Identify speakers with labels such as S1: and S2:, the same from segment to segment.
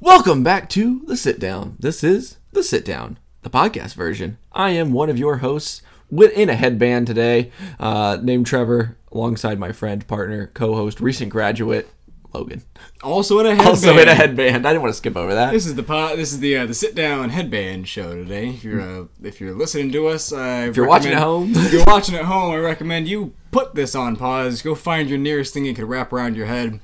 S1: Welcome back to The Sit Down. This is The Sit Down, the podcast version. I am one of your hosts with in a headband today, uh, named Trevor, alongside my friend, partner, co host, recent graduate, Logan.
S2: Also in a headband.
S1: Also in a headband. I didn't want to skip over that.
S2: This is the po- this is the uh, the sit down headband show today. If you're uh, if you're listening to us, I if
S1: Hmm. you're watching at home.
S2: if you're watching at home, I recommend you put this on pause. Go find your nearest thing you could wrap around your head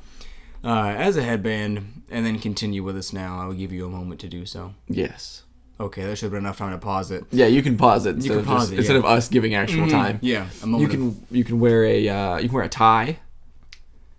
S2: uh, as a headband, and then continue with us now. I will give you a moment to do so.
S1: Yes.
S2: Okay, that should have been enough time to pause it.
S1: Yeah, you can pause it instead,
S2: can
S1: of,
S2: pause
S1: just-
S2: it,
S1: instead
S2: yeah. Mm-hmm.
S1: of us giving actual time.
S2: Yeah, a
S1: You
S2: moment. of-
S1: can you can wear a uh, you can wear a tie.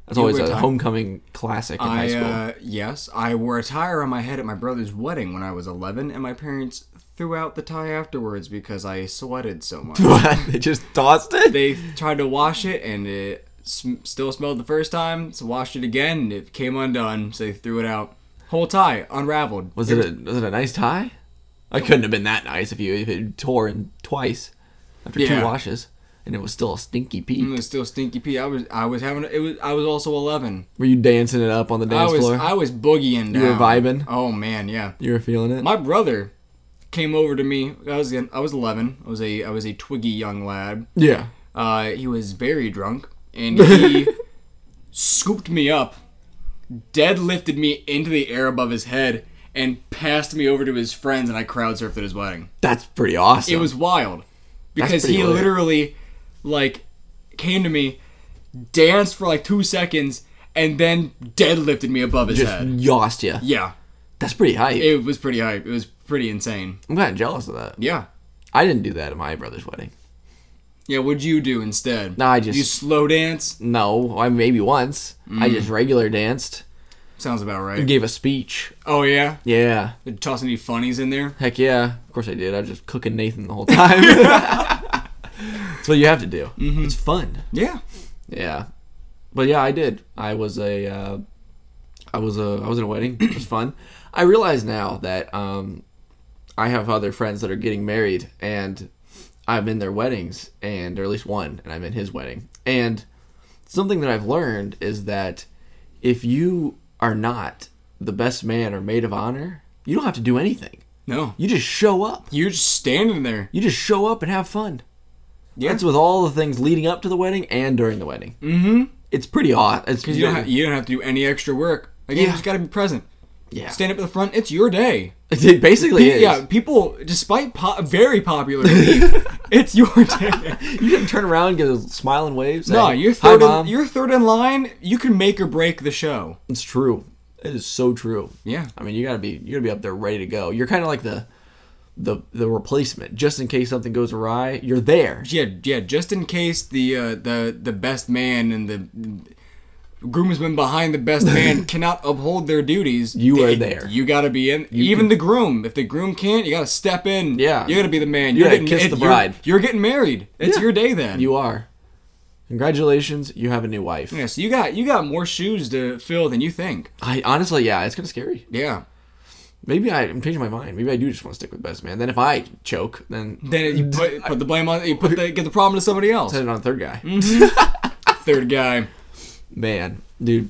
S1: That's
S2: You
S1: always
S2: wear
S1: a
S2: a tie?
S1: homecoming classic in high
S2: I
S1: school.
S2: uh, yes, I wore a tie around my head at my brother's wedding when I was 11, and my parents threw out the tie afterwards because I sweated so much.
S1: What? they just tossed it.
S2: they tried to wash it and it sm- still smelled the first time so washed it again and it came undone so they threw it out whole tie unraveled
S1: Was it a was it a nice tie? I couldn't have been that nice if you if it tore in twice after
S2: Yeah. Mm.
S1: two washes and it was still a stinky
S2: it
S1: pee.
S2: was still stinky pee i was i was having it was i was also 11
S1: Were you dancing it up on the
S2: i
S1: dance
S2: was
S1: floor?
S2: i was boogieing down.
S1: were vibing?
S2: oh man yeah
S1: you were feeling it.
S2: my brother came over to me i was i was 11 i was a i was a twiggy young lad
S1: yeah.
S2: Uh, he was very drunk, and he scooped me up, deadlifted me into the air above his head, and passed me over to his friends, and I crowd surfed at his wedding.
S1: That's pretty awesome.
S2: It was wild because
S1: pretty
S2: he
S1: lit.
S2: literally, like, came to me, danced for like two seconds, and then deadlifted me above his
S1: just
S2: head.
S1: yossed you.
S2: Yeah,
S1: That's pretty hype.
S2: it was pretty hype. It was pretty insane.
S1: I'm kind of jealous of that.
S2: Yeah.
S1: I didn't do that at my brother's wedding.
S2: Yeah, what'd you do instead?
S1: No, I just-
S2: You Mm. slow dance?
S1: No, I maybe once. I just regular danced.
S2: Sounds about
S1: I
S2: right.
S1: gave a speech.
S2: Oh, yeah?
S1: Yeah.
S2: Toss any funnies in there?
S1: Heck yeah. Of course I did. I was just cooking Nathan the whole time. That's what you have to do.
S2: Mm-hmm.
S1: It's fun.
S2: Yeah.
S1: Yeah, but yeah, I did. I was a, uh, I was a, I was in a wedding. It was fun. I realize now that um, I have other friends that are getting married, and I'm in their weddings, and or at least one, and I'm in his wedding. And something that I've learned is that if you are not the best man or maid of honor, you don't have to do anything.
S2: No.
S1: You just show up.
S2: You're just standing there.
S1: You just show up and have fun.
S2: Yeah.
S1: That's with all the things leading up to the wedding and during the wedding. Mm-hmm. It's pretty odd. It's
S2: You don't, have, you don't have to do any extra work. Again,
S1: Yeah.
S2: you just got to be present.
S1: yeah.
S2: Stand up at the front. It's your day.
S1: it basically is.
S2: Yeah, people, despite po- very popular, belief, it's your day.
S1: You can turn around, get a smile and wave. Say,
S2: No, you're
S1: Hi,
S2: third.
S1: mom.
S2: in, you're third in line. You can make or break the show.
S1: it's true. It is so true.
S2: Yeah.
S1: I mean, you gotta be you gotta be up there ready to go. You're kind of like the the the replacement, just in case something goes awry. You're there.
S2: Yeah, yeah. Just in case the uh, the the best man and the groomsmen behind the best man cannot uphold their duties,
S1: You are
S2: they-
S1: there.
S2: You got to be in. even the groom, if the groom can't, you got to step in.
S1: Yeah.
S2: you got to be the man.
S1: You gotta kiss
S2: it-
S1: the
S2: you're-
S1: bride.
S2: You're, getting married. It's
S1: Yeah.
S2: your day then.
S1: You are. Congratulations, you have a new wife.
S2: yeah, so you got you got more shoes to fill than you think.
S1: I honestly, yeah, it's kind of scary.
S2: Yeah.
S1: Maybe I, I'm changing my mind. Maybe I do just want to stick with best man. Then if I choke, then
S2: Then you put, put the blame on you put the get the problem to somebody else.
S1: set it on third guy.
S2: Mm-hmm. Third guy.
S1: Man, dude,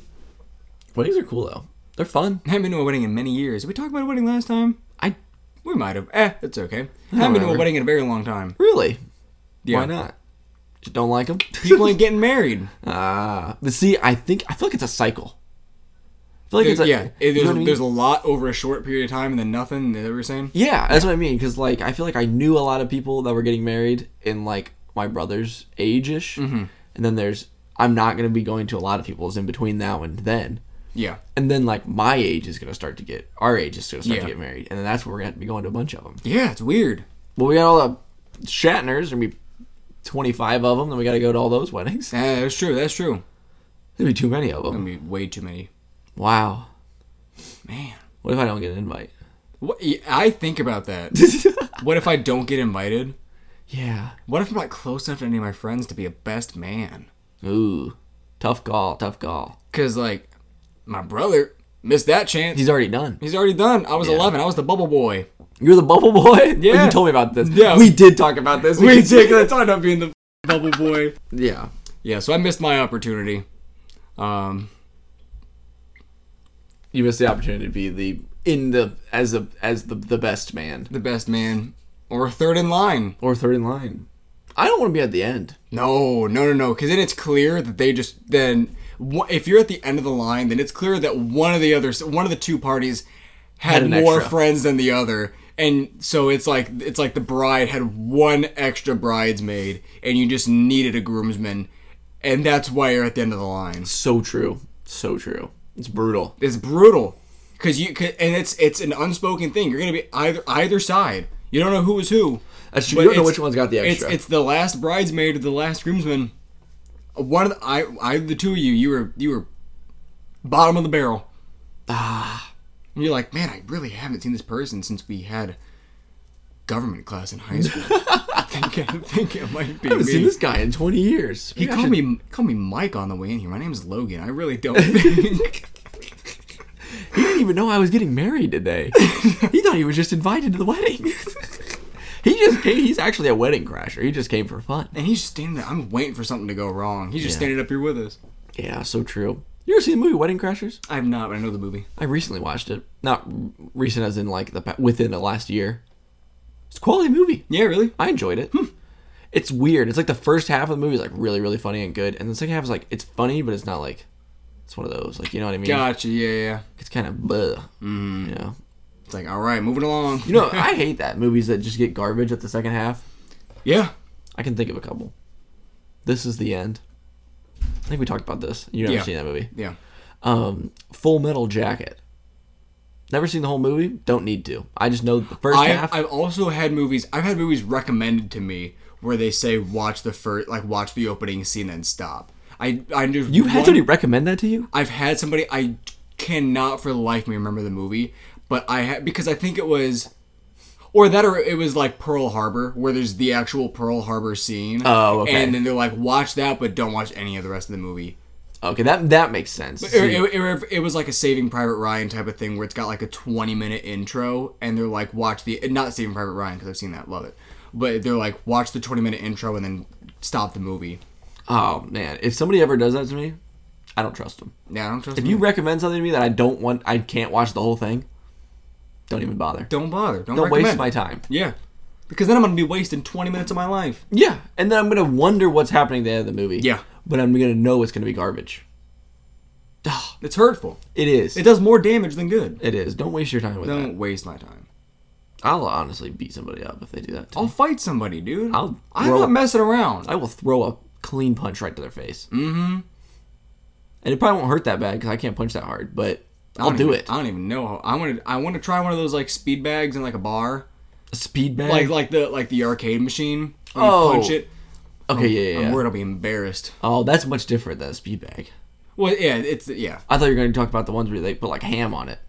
S1: weddings are cool though. They're fun.
S2: I haven't been to a wedding in many years. Did we talk about a wedding last time?
S1: I
S2: We might have. Eh, it's okay. I haven't been to
S1: Whatever.
S2: a wedding in a very long time.
S1: really.
S2: Yeah.
S1: Why not? Just don't like them.
S2: People ain't getting married.
S1: Ah, but see, I think I feel like it's a cycle. I feel like it's a,
S2: yeah, it-
S1: you know
S2: there's,
S1: what I mean?
S2: there's a lot over a short period of time and then nothing. Is that what you're saying?
S1: yeah, that's what I mean. Because like I feel like I knew a lot of people that were getting married in like my brother's age ish,
S2: Mm-hmm.
S1: and then there's I'm not gonna be going to a lot of people's in between now and then.
S2: Yeah.
S1: And then like my age is gonna start to get our age is gonna start to
S2: Yeah.
S1: get married, and then that's where we're gonna be going to a bunch of them.
S2: Yeah, it's weird.
S1: Well, we got all the Shatners, and we twenty five of them. Then we got to go to all those weddings.
S2: Yeah, that's true. That's true.
S1: There'd be too many of them.
S2: I mean, way too many.
S1: Wow.
S2: Man.
S1: What if I don't get an invite?
S2: What, yeah, I think about that. what if I don't get invited?
S1: yeah.
S2: What if I'm not close enough to any of my friends to be a best man?
S1: Ooh. Tough call. Tough call.
S2: Because, like, my brother missed that chance.
S1: He's already done.
S2: He's already done. I was 11. I was the bubble boy.
S1: You're the bubble boy.
S2: Yeah.
S1: You told me about this.
S2: Yeah.
S1: We did talk about this.
S2: We take that time up being the bubble boy.
S1: Yeah.
S2: Yeah, so I missed my opportunity. Um,
S1: You missed the opportunity to be the in the as a as the the best man
S2: the best man or third in line.
S1: or third in line. I don't want to be at the end.
S2: No, no, no, no. Because then it's clear that they just then wha- if you're at the end of the line, then it's clear that one of the other one of the two parties had,
S1: Had an
S2: more
S1: extra.
S2: friends than the other, and so it's like it's like the bride had one extra bridesmaid, and you just needed a groomsman, and that's why you're at the end of the line.
S1: So true. So true. It's brutal.
S2: It's brutal, because you 'cause- and it's it's an unspoken thing. You're gonna be either either side. You don't know who is who.
S1: That's true.
S2: But
S1: You don't know
S2: it's-
S1: which one's got the
S2: it's,
S1: extra.
S2: it's the last bridesmaid or the last groomsman. One of the, I, I, the two of you, you were, you were bottom of the barrel. Ah. And you're like, man, I really haven't seen this person since we had government class in high school. I think, I think it might be
S1: I haven't
S2: me.
S1: seen this guy in 20 years.
S2: He
S1: Maybe I
S2: called
S1: should-
S2: me, called me Mike on the way in here. My name's Logan. I really don't think.
S1: He didn't even know I was getting married today. he thought he was just invited to the wedding. he just came. He's actually a wedding crasher. He just came for fun.
S2: and he's just standing there. I'm waiting for something to go wrong. He's just standing up here with us.
S1: Yeah, so true. You ever seen the movie Wedding Crashers?
S2: I have not, but I know the movie.
S1: I recently watched it. Not r- recent, as in like the pa- within the last year. It's a quality movie.
S2: Yeah, really?
S1: I enjoyed it. It's weird. It's like the first half of the movie is like really, really funny and good, and the second half is like it's funny, but it's not like it's one of those. Like you know what I mean?
S2: Gotcha. Yeah, yeah, yeah.
S1: It's kind of bleh. You know.
S2: It's like, all right, moving along.
S1: You know, I hate that movies that just get garbage at the second half.
S2: yeah.
S1: I can think of a couple. This is the end. I think we talked about this. You never
S2: Yeah.
S1: seen that movie.
S2: Yeah.
S1: Um, Full Metal Jacket. Never seen the whole movie. Don't need to. I just know the first
S2: I,
S1: half.
S2: I've also had movies. I've had movies recommended to me where they say watch the first, like watch the opening scene and stop. I I just
S1: you had
S2: one-
S1: somebody recommend that to you?
S2: I've had somebody. I cannot for the life of me remember the movie, but I had because I think it was. Or that, or it was like Pearl Harbor, where there's the actual Pearl Harbor scene.
S1: Oh, okay.
S2: And then they're like, watch that, but don't watch any of the rest of the movie.
S1: Okay, that that makes sense.
S2: It,
S1: See,
S2: it- it- it was like a Saving Private Ryan type of thing where it's got like a 20 minute intro and they're like, watch the. Not Saving Private Ryan because I've seen that, love it. But they're like, watch the 20 minute intro and then stop the movie.
S1: oh man, if somebody ever does that to me, I don't trust them.
S2: Yeah, I don't trust
S1: If
S2: me.
S1: you recommend something to me that I don't want, I can't watch the whole thing. Don't even bother. Don't,
S2: Don't bother. Don't,
S1: waste
S2: recommend.
S1: my time.
S2: Yeah. Because then I'm going to be wasting 20 minutes of my life.
S1: Yeah, and then I'm gonna wonder what's happening at the end of the movie.
S2: Yeah.
S1: but I'm gonna know it's gonna be garbage.
S2: It's hurtful.
S1: It is.
S2: It does more damage than good.
S1: It is. Don't waste your time with that.
S2: Don't waste my time.
S1: I'll honestly beat somebody up if they do that. To me.
S2: I'll fight somebody, dude.
S1: I'll
S2: I'm
S1: throw-
S2: not messing around.
S1: I will throw a clean punch right to their face. Mm-hmm. And it probably won't hurt that bad because I can't punch that hard, but I'll
S2: I don't
S1: do
S2: even-
S1: it.
S2: I don't even know. How, I want to. I want to try one of those like speed bags in like a bar.
S1: A speed bag.
S2: like like the like the arcade machine. When
S1: Oh.
S2: you punch it.
S1: okay, yeah, yeah.
S2: I'm
S1: yeah.
S2: worried I'll be embarrassed.
S1: Oh, that's much different than a speed bag.
S2: Well, yeah, it's yeah.
S1: I thought you were going to talk about the ones where they put like ham on it.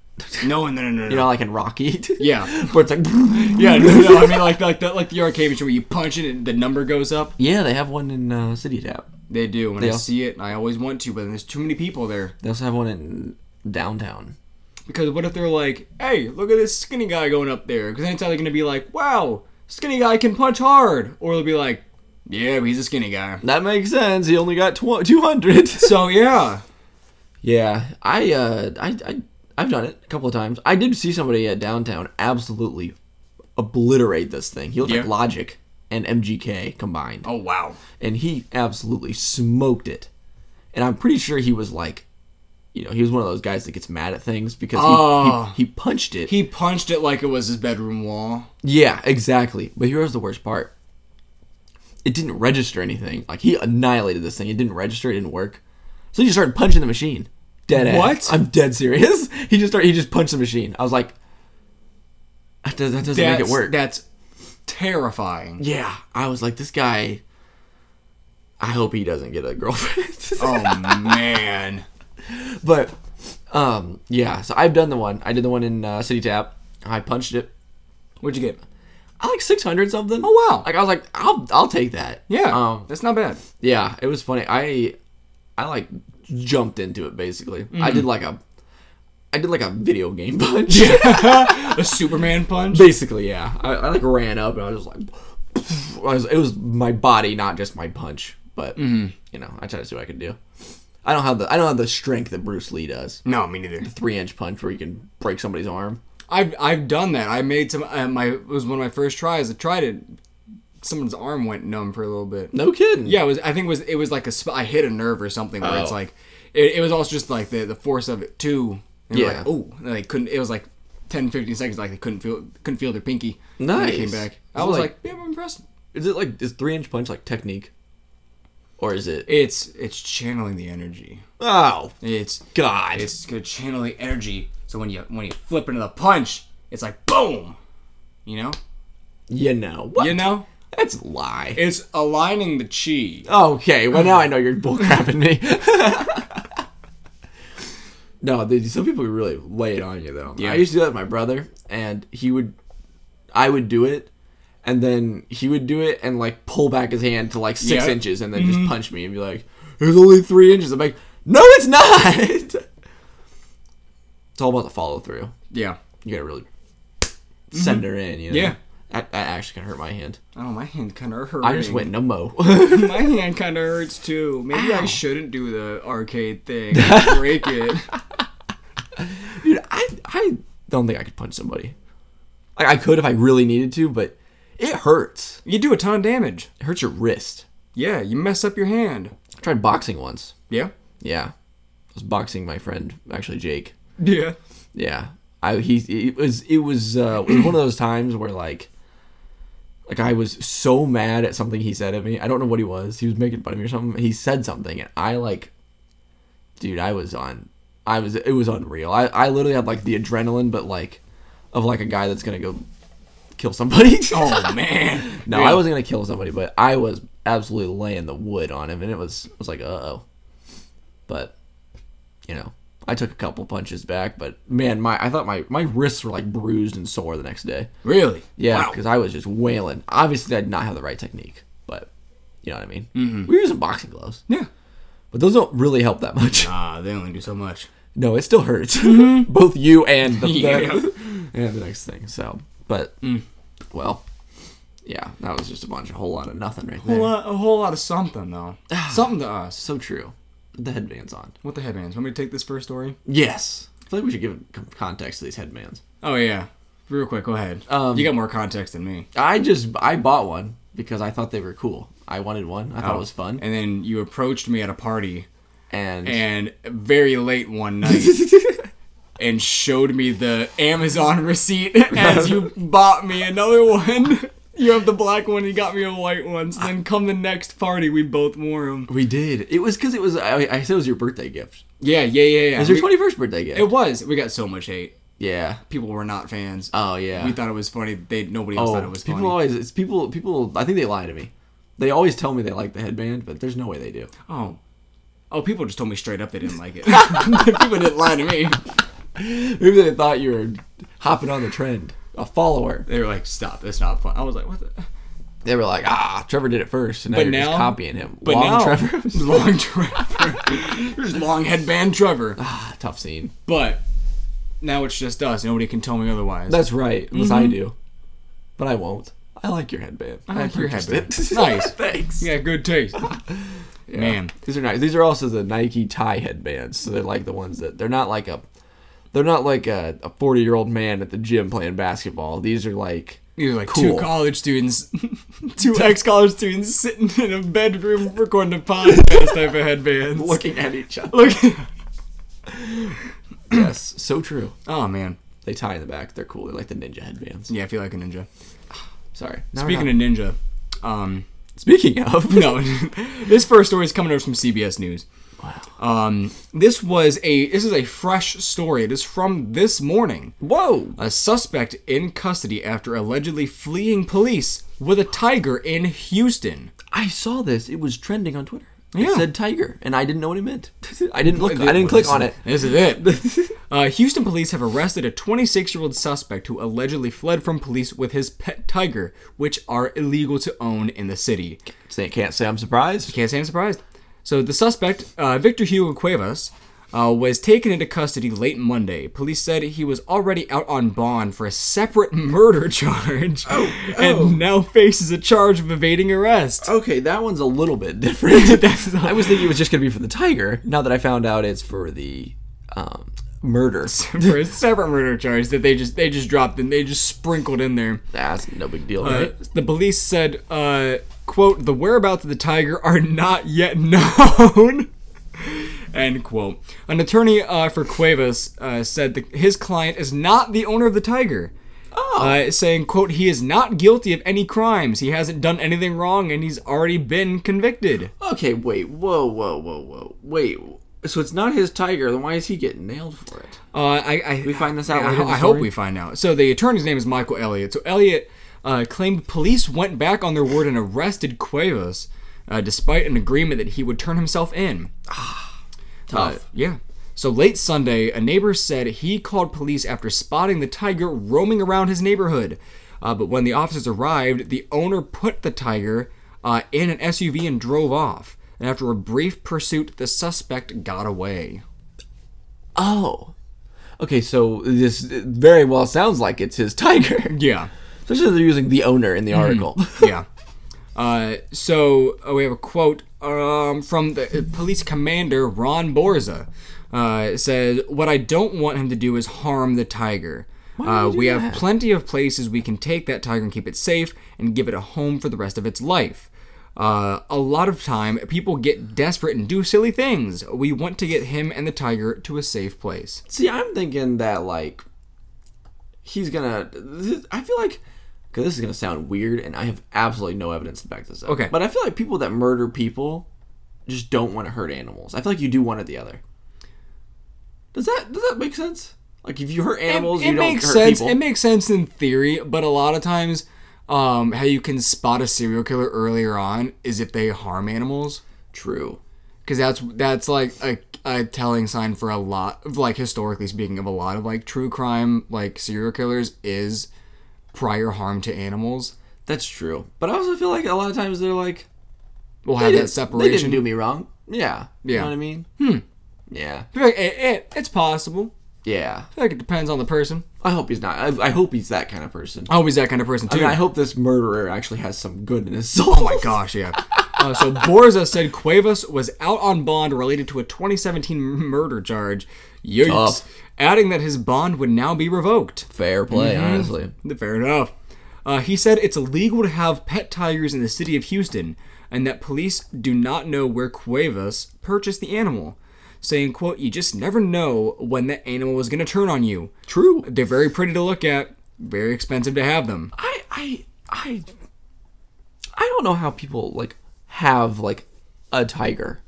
S2: No, no, no, no, no.
S1: You know, like in Rocky.
S2: Yeah.
S1: Where it's like.
S2: yeah, no, no, I mean like like the like the arcade machine where you punch it and the number goes up.
S1: Yeah, they have one in uh, City Tap.
S2: They do. When I
S1: al-
S2: see it, I always want to, but then there's too many people there.
S1: They also have one in downtown.
S2: Because what if they're like, "Hey, look at this skinny guy going up there"? Because then it's either gonna be like, "Wow, skinny guy can punch hard," or it'll be like, "Yeah, but he's a skinny guy."
S1: That makes sense. He only got tw- 200.
S2: So yeah,
S1: Yeah, I uh, I, I I've done it a couple of times. I did see somebody at downtown absolutely obliterate this thing. He looked like
S2: Yeah.
S1: Logic and MGK combined,
S2: oh wow,
S1: and he absolutely smoked it. And I'm pretty sure he was like, you know, he was one of those guys that gets mad at things because he,
S2: Oh.
S1: he, he punched it.
S2: he punched it like it was his bedroom wall.
S1: yeah, exactly. But here's the worst part. It didn't register anything. Like he annihilated this thing. It didn't register. It didn't work. So he just started punching the machine. Dead ass.
S2: What?
S1: I'm dead serious. He just started. He just punched the machine. I was like, that, does, that doesn't make it
S2: That's-
S1: work.
S2: That's terrifying.
S1: yeah. I was like, this guy. I hope he doesn't get a girlfriend.
S2: Oh man.
S1: but um, yeah. So I've done the one. I did the one in uh, City Tap. I punched it.
S2: What'd you get?
S1: I like 600 something.
S2: Oh, wow.
S1: Like I was like, I'll I'll take that.
S2: Yeah.
S1: Um.
S2: that's not bad.
S1: Yeah, it was funny. I I like jumped into it basically. I did like a I did like a video game punch.
S2: A Superman punch?
S1: basically, yeah. I, I like ran up and I was just like I was, it was my body, not just my punch. But you know, I tried to see what I could do. I don't have the I don't have the strength that Bruce Lee does.
S2: No, me neither.
S1: Three inch punch where you can break somebody's arm.
S2: I've I've done that. I made some. Uh, my it was one of my first tries. I tried it. Someone's arm went numb for a little bit.
S1: No kidding.
S2: Yeah, it was. I think it was it was like a sp- I hit a nerve or something where it's
S1: Oh.
S2: like it, it was also just like the the force of it too. And yeah.
S1: Yeah.
S2: Like, oh, and they couldn't. It was like 10, 15 seconds. Like they couldn't feel couldn't feel their pinky. And they came
S1: Nice.
S2: back. I
S1: So,
S2: was like,
S1: like-
S2: yeah, I'm impressed.
S1: Is it like is three inch punch like technique, or is it?
S2: It's it's channeling the energy.
S1: Oh
S2: It's
S1: God!
S2: it's gonna channel the energy. So when you when you flip into the punch, it's like boom. You know.
S1: you know what?
S2: You know.
S1: That's a lie.
S2: It's aligning the chi.
S1: Okay, well now I know you're bullcrapping me. no, they, some people really lay it on you though.
S2: Yeah.
S1: I used to do that with my brother, and he would, I would do it, and then he would do it and like pull back his hand to like six
S2: Yeah. Mm-hmm.
S1: inches, and then just punch me and be like, "It's only three inches." I'm like, "No, it's not." it's all about the follow through.
S2: Yeah.
S1: You gotta really send her in. You know?
S2: Mm-hmm. Yeah.
S1: that, that actually kind of hurt my hand.
S2: Oh, my hand kind of hurts.
S1: I just went numbo.
S2: My hand kind of hurts too. Maybe I
S1: Ow.
S2: shouldn't do the arcade thing. and Break it.
S1: Dude, I I don't think I could punch somebody. Like I could if I really needed to, but it hurts.
S2: You do a ton of damage.
S1: It hurts your wrist.
S2: Yeah, you mess up your hand.
S1: I tried boxing once.
S2: Yeah.
S1: Yeah, I was boxing my friend, actually Jake.
S2: Yeah.
S1: Yeah, I he it was it was uh, it was one of those times where like. Like I was so mad at something he said at me. I don't know what he was. He was making fun of me or something. He said something, and I like, dude, I was on, I was, it was unreal. I, I literally had like the adrenaline, but like, of like a guy that's gonna go kill somebody.
S2: Oh man.
S1: No, I wasn't gonna kill somebody, but I was absolutely laying the wood on him, and it was I was like, uh oh. But, you know, I took a couple punches back, but man, my I thought my my wrists were like bruised and sore the next day.
S2: Really?
S1: Yeah,
S2: Wow.
S1: because I was just wailing. Obviously, I did not have the right technique, but you know what I mean.
S2: Mm-hmm.
S1: We were using boxing gloves,
S2: Yeah.
S1: but those don't really help that much.
S2: Ah, they only do so much.
S1: No, it still hurts. Both you and the, the-
S2: Mm-hmm. Yeah. Mm.
S1: and the next thing. So, but well, yeah, that was just a bunch, a whole lot of nothing right
S2: A
S1: there.
S2: lot, a whole lot of something though. something to us.
S1: So true. Put The headbands on.
S2: What the headbands? Want me to take this first story?
S1: Yes. I feel like we should give c- context to these headbands.
S2: Oh yeah. Real quick, go ahead.
S1: Um,
S2: you got more context than me.
S1: I just I bought one because I thought they were cool. I wanted one. I thought it was fun.
S2: Oh. And then you approached me at a party
S1: And,
S2: and very late one night and showed me the Amazon receipt as you bought me another one. You have the black one, you got me a white one. So then come the next party, we both wore them.
S1: we did. It was because it was. I, I said it was your birthday gift.
S2: Yeah, yeah, yeah, yeah.
S1: It was your
S2: We-
S1: twenty first birthday gift.
S2: it was. We got so much hate.
S1: yeah.
S2: People were not fans.
S1: Oh yeah.
S2: We thought it was funny. They nobody else thought
S1: oh,
S2: it was
S1: people
S2: funny.
S1: always. It's people. People. I think they lie to me. They always tell me they like the headband, but there's no way they do.
S2: oh. Oh, people just told me straight up they didn't like it. people didn't lie to me.
S1: Maybe they thought you were hopping on the trend, a follower.
S2: They were like, "Stop, that's not fun." I was like, "What?" the...
S1: They were like, ah, Trevor did it first, and now
S2: But
S1: you're
S2: now-
S1: just copying him.
S2: But
S1: Long
S2: now,
S1: Trevor.
S2: long Trevor. There's long headband Trevor.
S1: ah, tough scene.
S2: But now it's just us. Nobody can tell me otherwise.
S1: That's right, unless I do. But I won't. I like your headband. I
S2: like your
S1: purchased
S2: headband.
S1: it.
S2: Nice.
S1: Thanks.
S2: yeah, good taste. Man,
S1: These are nice. These are also the Nike tie headbands, so they're like the ones that they're not like a they're not like a a forty year old man at the gym playing basketball. These are like
S2: you're like two
S1: Cool.
S2: college students, two ex-college students sitting in a bedroom recording a podcast type of headbands.
S1: looking at each other.
S2: look.
S1: yes, so true.
S2: oh man,
S1: They tie in the back. They're cool. They're like the ninja headbands.
S2: yeah, I feel like a ninja.
S1: Sorry. Now we're
S2: Speaking
S1: not-
S2: of ninja, um,
S1: speaking of,
S2: no, this first story is coming over from CBS News.
S1: Wow.
S2: Um, this was a this is a fresh story. It is from this morning.
S1: Whoa.
S2: A suspect in custody after allegedly fleeing police with a tiger in Houston.
S1: I saw this. It was trending on Twitter.
S2: Yeah.
S1: It said tiger, and I didn't know what it meant. I didn't look. I didn't click on it.
S2: This is it. uh, Houston police have arrested a 26 year old suspect who allegedly fled from police with his pet tiger, which are illegal to own in the city.
S1: Say, can't say I'm surprised.
S2: Can't say I'm surprised. So the suspect, uh, Victor Hugo Cuevas, uh, was taken into custody late Monday. Police said he was already out on bond for a separate murder charge, and now faces a charge of evading arrest.
S1: Okay, that one's a little bit different. I was thinking it was just gonna be for the tiger. Now that I found out it's for the um, murder.
S2: for a separate murder charge that they just they just dropped and they just sprinkled in there.
S1: That's no big deal,
S2: Uh,
S1: right?
S2: the police said, uh, "quote The whereabouts of the tiger are not yet known." End quote. An attorney uh, for Cuevas uh, said that his client is not the owner of the tiger. Uh, saying, "quote He is not guilty of any crimes. He hasn't done anything wrong, and he's already been convicted."
S1: Okay, wait, whoa, whoa, whoa, whoa, wait. So it's not his tiger. Then why is he getting nailed for it?
S2: Uh, I, I we
S1: find this out
S2: I,
S1: later in the
S2: I hope
S1: story?
S2: we find out. So the attorney's name is Michael Elliott. So Elliott uh, claimed police went back on their word and arrested Cuevas, uh, despite an agreement that he would turn himself in. Uh,
S1: Ah, Tough.
S2: yeah. So late Sunday, a neighbor said he called police after spotting the tiger roaming around his neighborhood. Uh, but when the officers arrived, the owner put the tiger uh, in an SUV and drove off. And after a brief pursuit, the suspect got away.
S1: oh. Okay, so this very well sounds like it's his tiger.
S2: Yeah.
S1: Especially if they're using the owner in the article.
S2: yeah. Uh, so uh, we have a quote um, from the uh, police commander Ron Borza. Uh, it says, "What I don't want him to do is harm the tiger. Uh,
S1: would you
S2: we
S1: do
S2: have plenty of places we can take that tiger and keep it safe and give it a home for the rest of its life. Uh, a lot of time, people get desperate and do silly things. We want to get him and the tiger to a safe place.
S1: See, I'm thinking that like he's gonna. th- I feel like because this is gonna sound weird, and I have absolutely no evidence to back this up.
S2: Okay.
S1: but I feel like people that murder people just don't want to hurt animals. I feel like you do one or the other. Does that does that make sense? Like if you hurt animals,
S2: it
S1: you don't
S2: makes
S1: hurt
S2: sense.
S1: people.
S2: It makes sense in theory, but a lot of times, um, how you can spot a serial killer earlier on is if they harm animals,
S1: True.
S2: because that's that's like a, a telling sign for a lot of like historically speaking of a lot of like true crime like serial killers is prior harm to animals.
S1: That's true. But I also feel like a lot of times they're like
S2: We'll
S1: they
S2: have that
S1: didn't- They
S2: separation.
S1: didn't do me wrong. Yeah. You
S2: Yeah.
S1: know what I mean? Hmm. Yeah.
S2: It- it- it's possible.
S1: Yeah.
S2: I feel like it depends on the person.
S1: I hope he's not. I, I hope he's that kind of person.
S2: I'm always that kind of person too.
S1: I mean, I hope this murderer actually has some good in his soul.
S2: Oh my gosh, yeah. Uh, so Borza said Cuevas was out on bond related to a 2017 murder charge. Yikes.
S1: Tough.
S2: Adding that his bond would now be revoked.
S1: Fair play, honestly.
S2: Fair enough. Uh, he said it's illegal to have pet tigers in the city of Houston, and that police do not know where Cuevas purchased the animal, saying, "quote You just never know when that animal is going to turn on you.
S1: True.
S2: They're very pretty to look at, very expensive to have them."
S1: I, I, I, I don't know how people like have like a tiger,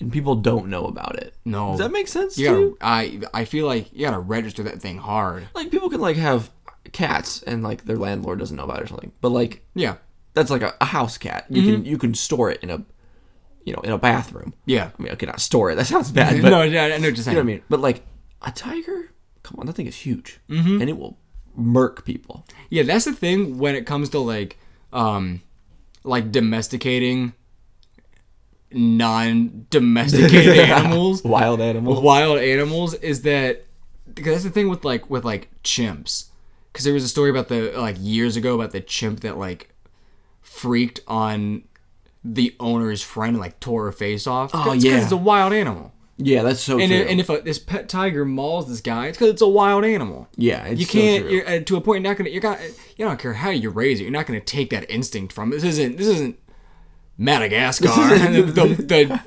S1: and people don't know about it.
S2: No.
S1: does that make sense?
S2: You
S1: to
S2: gotta,
S1: you?
S2: I I feel like you gotta register that thing hard.
S1: Like people can like have cats, and like their landlord doesn't know about it or something. But like
S2: Yeah,
S1: that's like a, a house cat. You can you can store it in a, you know, in a bathroom.
S2: yeah.
S1: I mean, okay, not store it. That sounds bad. But
S2: no, yeah, I know what you're
S1: You
S2: saying.
S1: know what I mean? But like a tiger, come on, that thing is huge, mm-hmm. and it will murk people.
S2: Yeah, that's the thing when it comes to like, um, like domesticating non-domesticated animals,
S1: Wild animal.
S2: wild animals, is that because that's the thing with like with like chimps. Because there was a story about the like years ago about the chimp that like freaked on the owner's friend and like tore her face off.
S1: Oh,
S2: It's 'cause
S1: yeah.
S2: it's a wild animal.
S1: Yeah, that's so
S2: And,
S1: true.
S2: it, and if a, this pet tiger mauls this guy, it's because it's a wild animal.
S1: yeah, it's
S2: You
S1: so
S2: can't.
S1: true.
S2: you're, uh, to a point, you're not gonna. You're gonna. You don't care how you raise it. You're not gonna take that instinct from it. This isn't. This isn't Madagascar.
S1: isn't-
S2: the, the,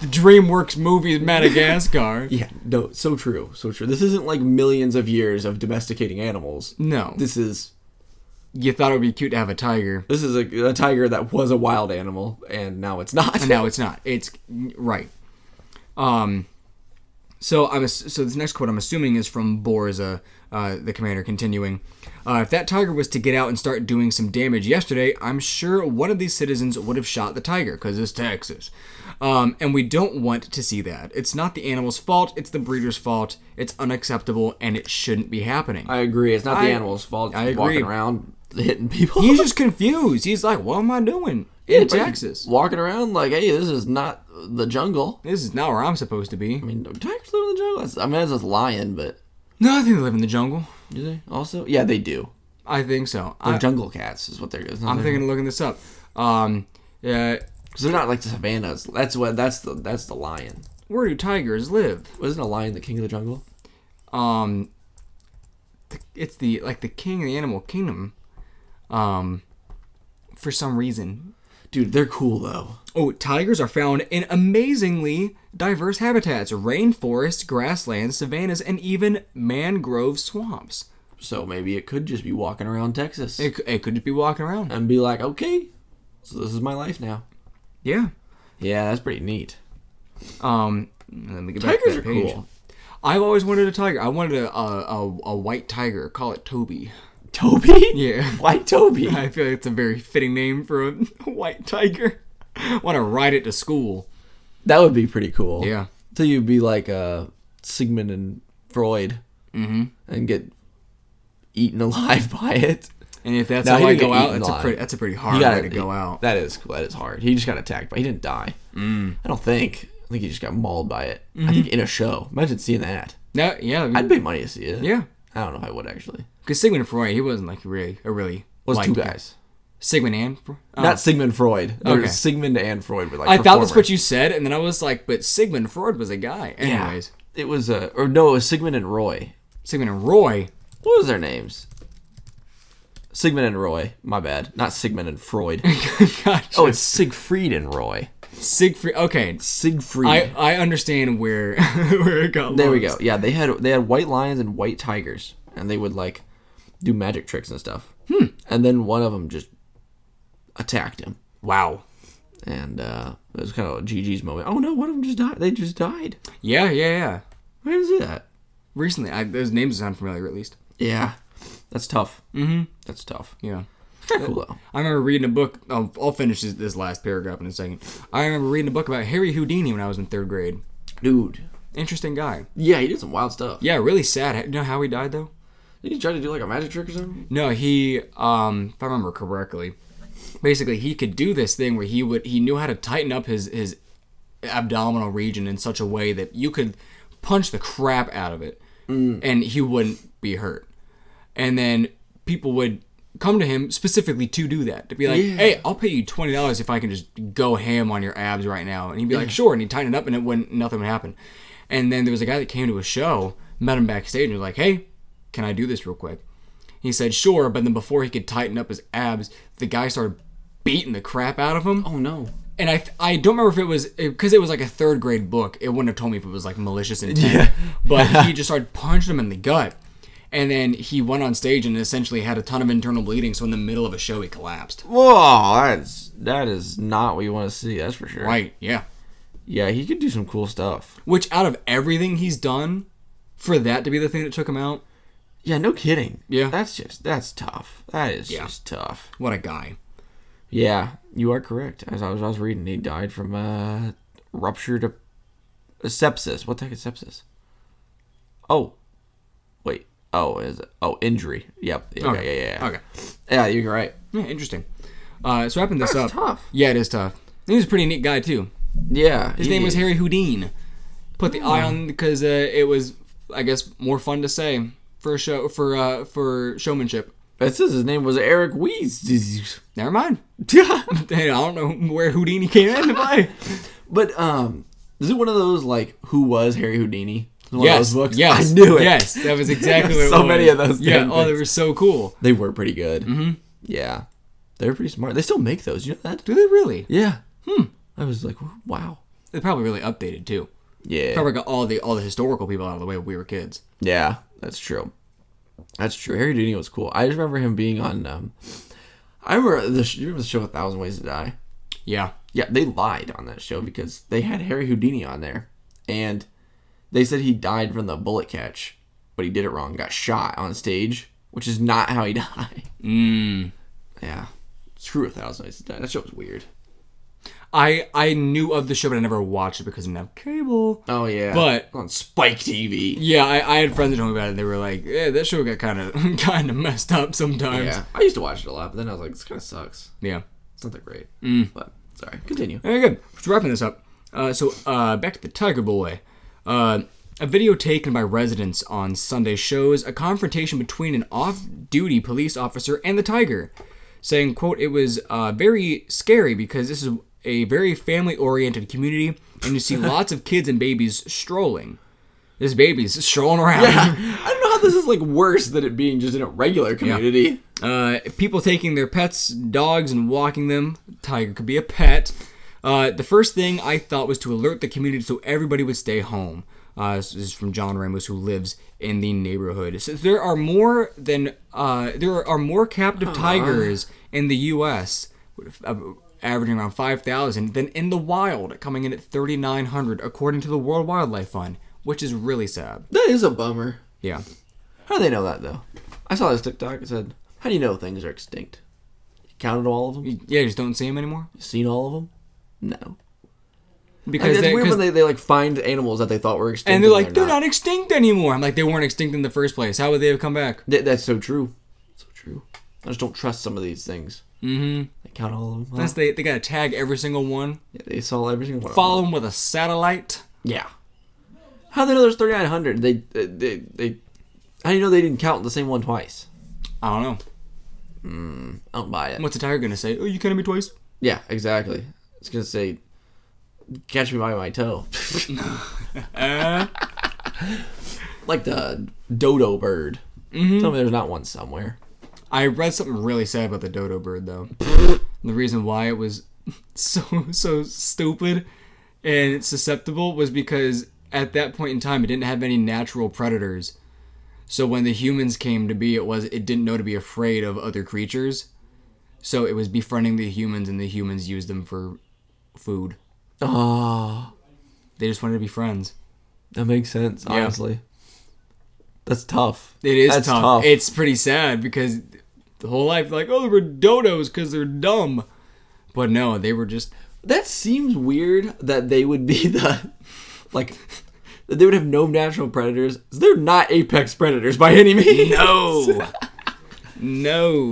S2: the DreamWorks movie is Madagascar.
S1: Yeah, no, so true, so true. This isn't like millions of years of domesticating animals.
S2: No,
S1: This is
S2: you thought it would be cute to have a tiger.
S1: this is a, a tiger that was a wild animal and now it's not.
S2: No, it's not. It's right. Um, so I'm ass- so this next quote I'm assuming is from Borza, uh, the commander. Continuing, uh, if that tiger was to get out and start doing some damage yesterday, I'm sure one of these citizens would have shot the tiger because it's Texas, um, and we don't want to see that. It's not the animal's fault. It's the breeder's fault. It's unacceptable, and it shouldn't be happening.
S1: I agree. It's not
S2: I-
S1: the animal's fault. It's
S2: I agree.
S1: Walking around hitting people.
S2: He's just confused. He's like, "What am I doing in Texas?
S1: Walking around like, hey, this is not the jungle.
S2: This is not where I'm supposed to be."
S1: I mean, do tigers live in the jungle. That's, I mean, that's just lion, but
S2: No, I think they live in the jungle.
S1: do they also? Yeah, they do.
S2: I think so.
S1: They're
S2: I,
S1: jungle cats is what they're. It's not
S2: I'm
S1: their-
S2: thinking of looking this up. Um, uh,
S1: 'cause they're not like the savannas. That's what. That's the. That's the lion.
S2: where do tigers live?
S1: Wasn't a lion the king of the jungle?
S2: um th- it's the like the king of the animal kingdom um for some reason
S1: Dude, they're cool though.
S2: oh tigers are found in amazingly diverse habitats rainforests grasslands savannas and even mangrove swamps
S1: So maybe it could just be walking around Texas
S2: it, c- it could just be walking around
S1: and be like, okay, so this is my life now.
S2: yeah
S1: Yeah, that's pretty neat.
S2: Um, let me get back
S1: Tigers
S2: to
S1: are
S2: that page.
S1: cool.
S2: I've always wanted a tiger. I wanted a a, a, a white tiger. Call it Toby.
S1: Toby?
S2: Yeah.
S1: Why Toby?
S2: I feel like it's a very fitting name for a white tiger. Want to ride it to school?
S1: That would be pretty cool.
S2: Yeah.
S1: So you'd be like uh, Sigmund and Freud
S2: Mm-hmm.
S1: and get eaten alive by it.
S2: And if that's
S1: No,
S2: how
S1: he
S2: I
S1: didn't
S2: go
S1: get
S2: out,
S1: eaten
S2: that's a
S1: alive.
S2: pretty that's a pretty
S1: You
S2: hard way to go out.
S1: That is that is hard. He just got attacked, but he didn't die. Mm. I don't think. I think he just got mauled by it.
S2: Mm-hmm.
S1: I think in a show. Imagine seeing that.
S2: No, yeah, I mean,
S1: I'd pay money to see it.
S2: yeah.
S1: I don't know if I would actually.
S2: Because Sigmund Freud, he wasn't like really a really
S1: Well, it's
S2: like
S1: two guys.
S2: Sigmund and Fre- oh.
S1: Not Sigmund Freud. There
S2: Okay.
S1: was Sigmund and Freud were like.
S2: I thought that's
S1: performers.
S2: what you said, and then I was like, but Sigmund Freud was a guy. Anyways,
S1: It was uh, or no, it was Sigmund and Roy.
S2: Sigmund and Roy.
S1: What was their names? Sigmund and Roy. My bad. Not Sigmund and Freud.
S2: Gotcha.
S1: oh, it's Siegfried and Roy.
S2: Siegfried. Okay,
S1: Siegfried.
S2: I, I understand where where it got.
S1: there we go.
S2: lost.
S1: Yeah, they had they had white lions and white tigers, and they would like do magic tricks and stuff. Hmm. And then one of them just attacked him,
S2: Wow.
S1: and uh, it was kind of a GG's moment. Oh no, one of them just died. They just died.
S2: Yeah, yeah, yeah.
S1: I didn't see that.
S2: Recently, I, those names sound familiar, at least.
S1: Yeah, that's tough. Mm-hmm. That's tough.
S2: Yeah.
S1: It's kinda cool though.
S2: I remember reading a book. I'll, I'll finish this, this last paragraph in a second. I remember reading a book about Harry Houdini when I was in third grade.
S1: Dude.
S2: Interesting guy.
S1: Yeah, he did some wild stuff.
S2: Yeah, really sad. You know how he died though?
S1: Did he try to do like a magic trick or something?
S2: No, he um if I remember correctly, basically he could do this thing where he would he knew how to tighten up his his abdominal region in such a way that you could punch the crap out of it and he wouldn't be hurt. And then people would come to him specifically to do that. To be like,
S1: Yeah.
S2: "Hey, I'll pay you $20 if I can just go ham on your abs right now." And he'd be like, "Sure." And he'd tighten it up and it wouldn't nothing would happen. And then there was a guy that came to a show, met him backstage and was like, "Hey, can I do this real quick?" He said, sure, but then before he could tighten up his abs, the guy started beating the crap out of him.
S1: Oh no.
S2: And I, I don't remember if it was, because it was like a third grade book, it wouldn't have told me if it was like malicious intent. but he just started punching him in the gut. And then he went on stage and essentially had a ton of internal bleeding. So in the middle of a show, he collapsed.
S1: Whoa, that's that is not what you want to see. That's for sure.
S2: Right, yeah.
S1: Yeah, he could do some cool stuff.
S2: Which out of everything he's done, for that to be the thing that took him out,
S1: Yeah, no kidding.
S2: Yeah.
S1: that's just that's tough. That is
S2: Yeah.
S1: just tough.
S2: what a guy.
S1: Yeah, you are correct. As I was, I was reading, he died from uh, rupture to sepsis. What the heck is sepsis? Oh, wait. Oh, is it? oh injury. Yep. Yeah,
S2: Okay,
S1: Yeah, yeah, yeah.
S2: okay.
S1: Yeah, you're right.
S2: Yeah, interesting. Uh, so wrapping this
S1: That's
S2: up.
S1: tough.
S2: Yeah, it is tough. He was a pretty neat guy, too.
S1: Yeah. Hmm.
S2: His name was Harry Houdin. Put the I on because uh, it was, I guess, more fun to say for a show for uh, for showmanship.
S1: It says his name was Eric Weez.
S2: Never mind. Hey, I don't know where Houdini came into play.
S1: But um, is it one of those like who was Harry Houdini? One
S2: yes,
S1: of those books.
S2: yes,
S1: I knew it.
S2: Yes, that was exactly what it
S1: So
S2: was.
S1: many of those
S2: Yeah,
S1: damn
S2: oh, they
S1: things.
S2: were so cool.
S1: they were pretty good. Mm-hmm. Yeah, they were pretty smart. They still make those. You know that?
S2: Do they really?
S1: Yeah. Hmm. I was like, wow.
S2: They probably really updated too.
S1: Yeah.
S2: Probably got all the all the historical people out of the way when we were kids.
S1: Yeah, that's true. That's true. Harry Houdini was cool. I just remember him being on. Um, I remember the sh- you remember the show A Thousand Ways to Die.
S2: Yeah,
S1: Yeah, they lied on that show because they had Harry Houdini on there, and they said he died from the bullet catch, but he did it wrong. Got shot on stage, which is not how he died. Mm. Yeah, screw a thousand ways to die. That show was weird.
S2: I I knew of the show, but I never watched it because I didn't have cable.
S1: Oh yeah,
S2: But-
S1: on Spike TV.
S2: Yeah, I, I had friends that told me about it. They were like, "Yeah, that show got kind of kind of messed up sometimes."
S1: Yeah, I used to watch it a lot, but then I was like, this kind of sucks.
S2: Yeah.
S1: It's not that great. Mm. But sorry, continue.
S2: Very good. So wrapping this up. Uh, so uh, back to the Tiger Boy. Uh, a video taken by residents on Sunday shows a confrontation between an off-duty police officer and the tiger, saying, "quote It was uh, very scary because this is a very family-oriented community, and you see lots of kids and babies strolling." This baby's strolling around.
S1: I don't know how this is like worse than it being just in a regular community.
S2: Uh, people taking their pets, dogs, and walking them. Tiger could be a pet. Uh, the first thing I thought was to alert the community so everybody would stay home. Uh, this is from John Ramos, who lives in the neighborhood. So there are more than uh, there are more captive tigers in the U.S., uh, averaging around 5,000, than in the wild, coming in at 3,900, according to the World Wildlife Fund, which is really sad.
S1: That is a bummer.
S2: Yeah.
S1: How do they know that though? I saw this TikTok. It said, "How do you know things are extinct? You counted all of them? You
S2: Yeah, you just don't see them anymore
S1: seen all of them? No." Like,
S2: because
S1: it's
S2: they-
S1: weird
S2: 'cause-
S1: when they, they like find animals that they thought were extinct,
S2: and they're like, they're
S1: not.
S2: not extinct anymore. I'm like, they weren't extinct in the first place. How would they have come back?
S1: Th- that's so true. So true. I just don't trust some of these things. Mm-hmm. They count all of them.
S2: Since they they gotta tag every single one,
S1: Yeah, they saw every single one. of them.
S2: follow them with a satellite.
S1: Yeah. How do they know there's 3,900? They, they, they, they, how do you know they didn't count the same one twice?
S2: I don't know.
S1: I don't buy it.
S2: What's a tiger gonna say? Oh, you counted me twice.
S1: Yeah, exactly. It's gonna say, "Catch me by my toe," like the dodo bird.
S2: Mm-hmm.
S1: Tell me there's not one somewhere.
S2: I read something really sad about the dodo bird though. the reason why it was so so stupid and susceptible was because at that point in time it didn't have any natural predators. So when the humans came to be, it was it didn't know to be afraid of other creatures. So it was befriending the humans and the humans used them for food.
S1: Oh,
S2: They just wanted to be friends.
S1: that makes sense. Honestly, that's tough.
S2: It is
S1: That's
S2: tough.
S1: tough.
S2: It's pretty sad because the whole life like, oh, they were dodos because they're dumb. But no, they were just
S1: That seems weird that they would be the like that they would have no natural predators. They're not apex predators by any means.
S2: No.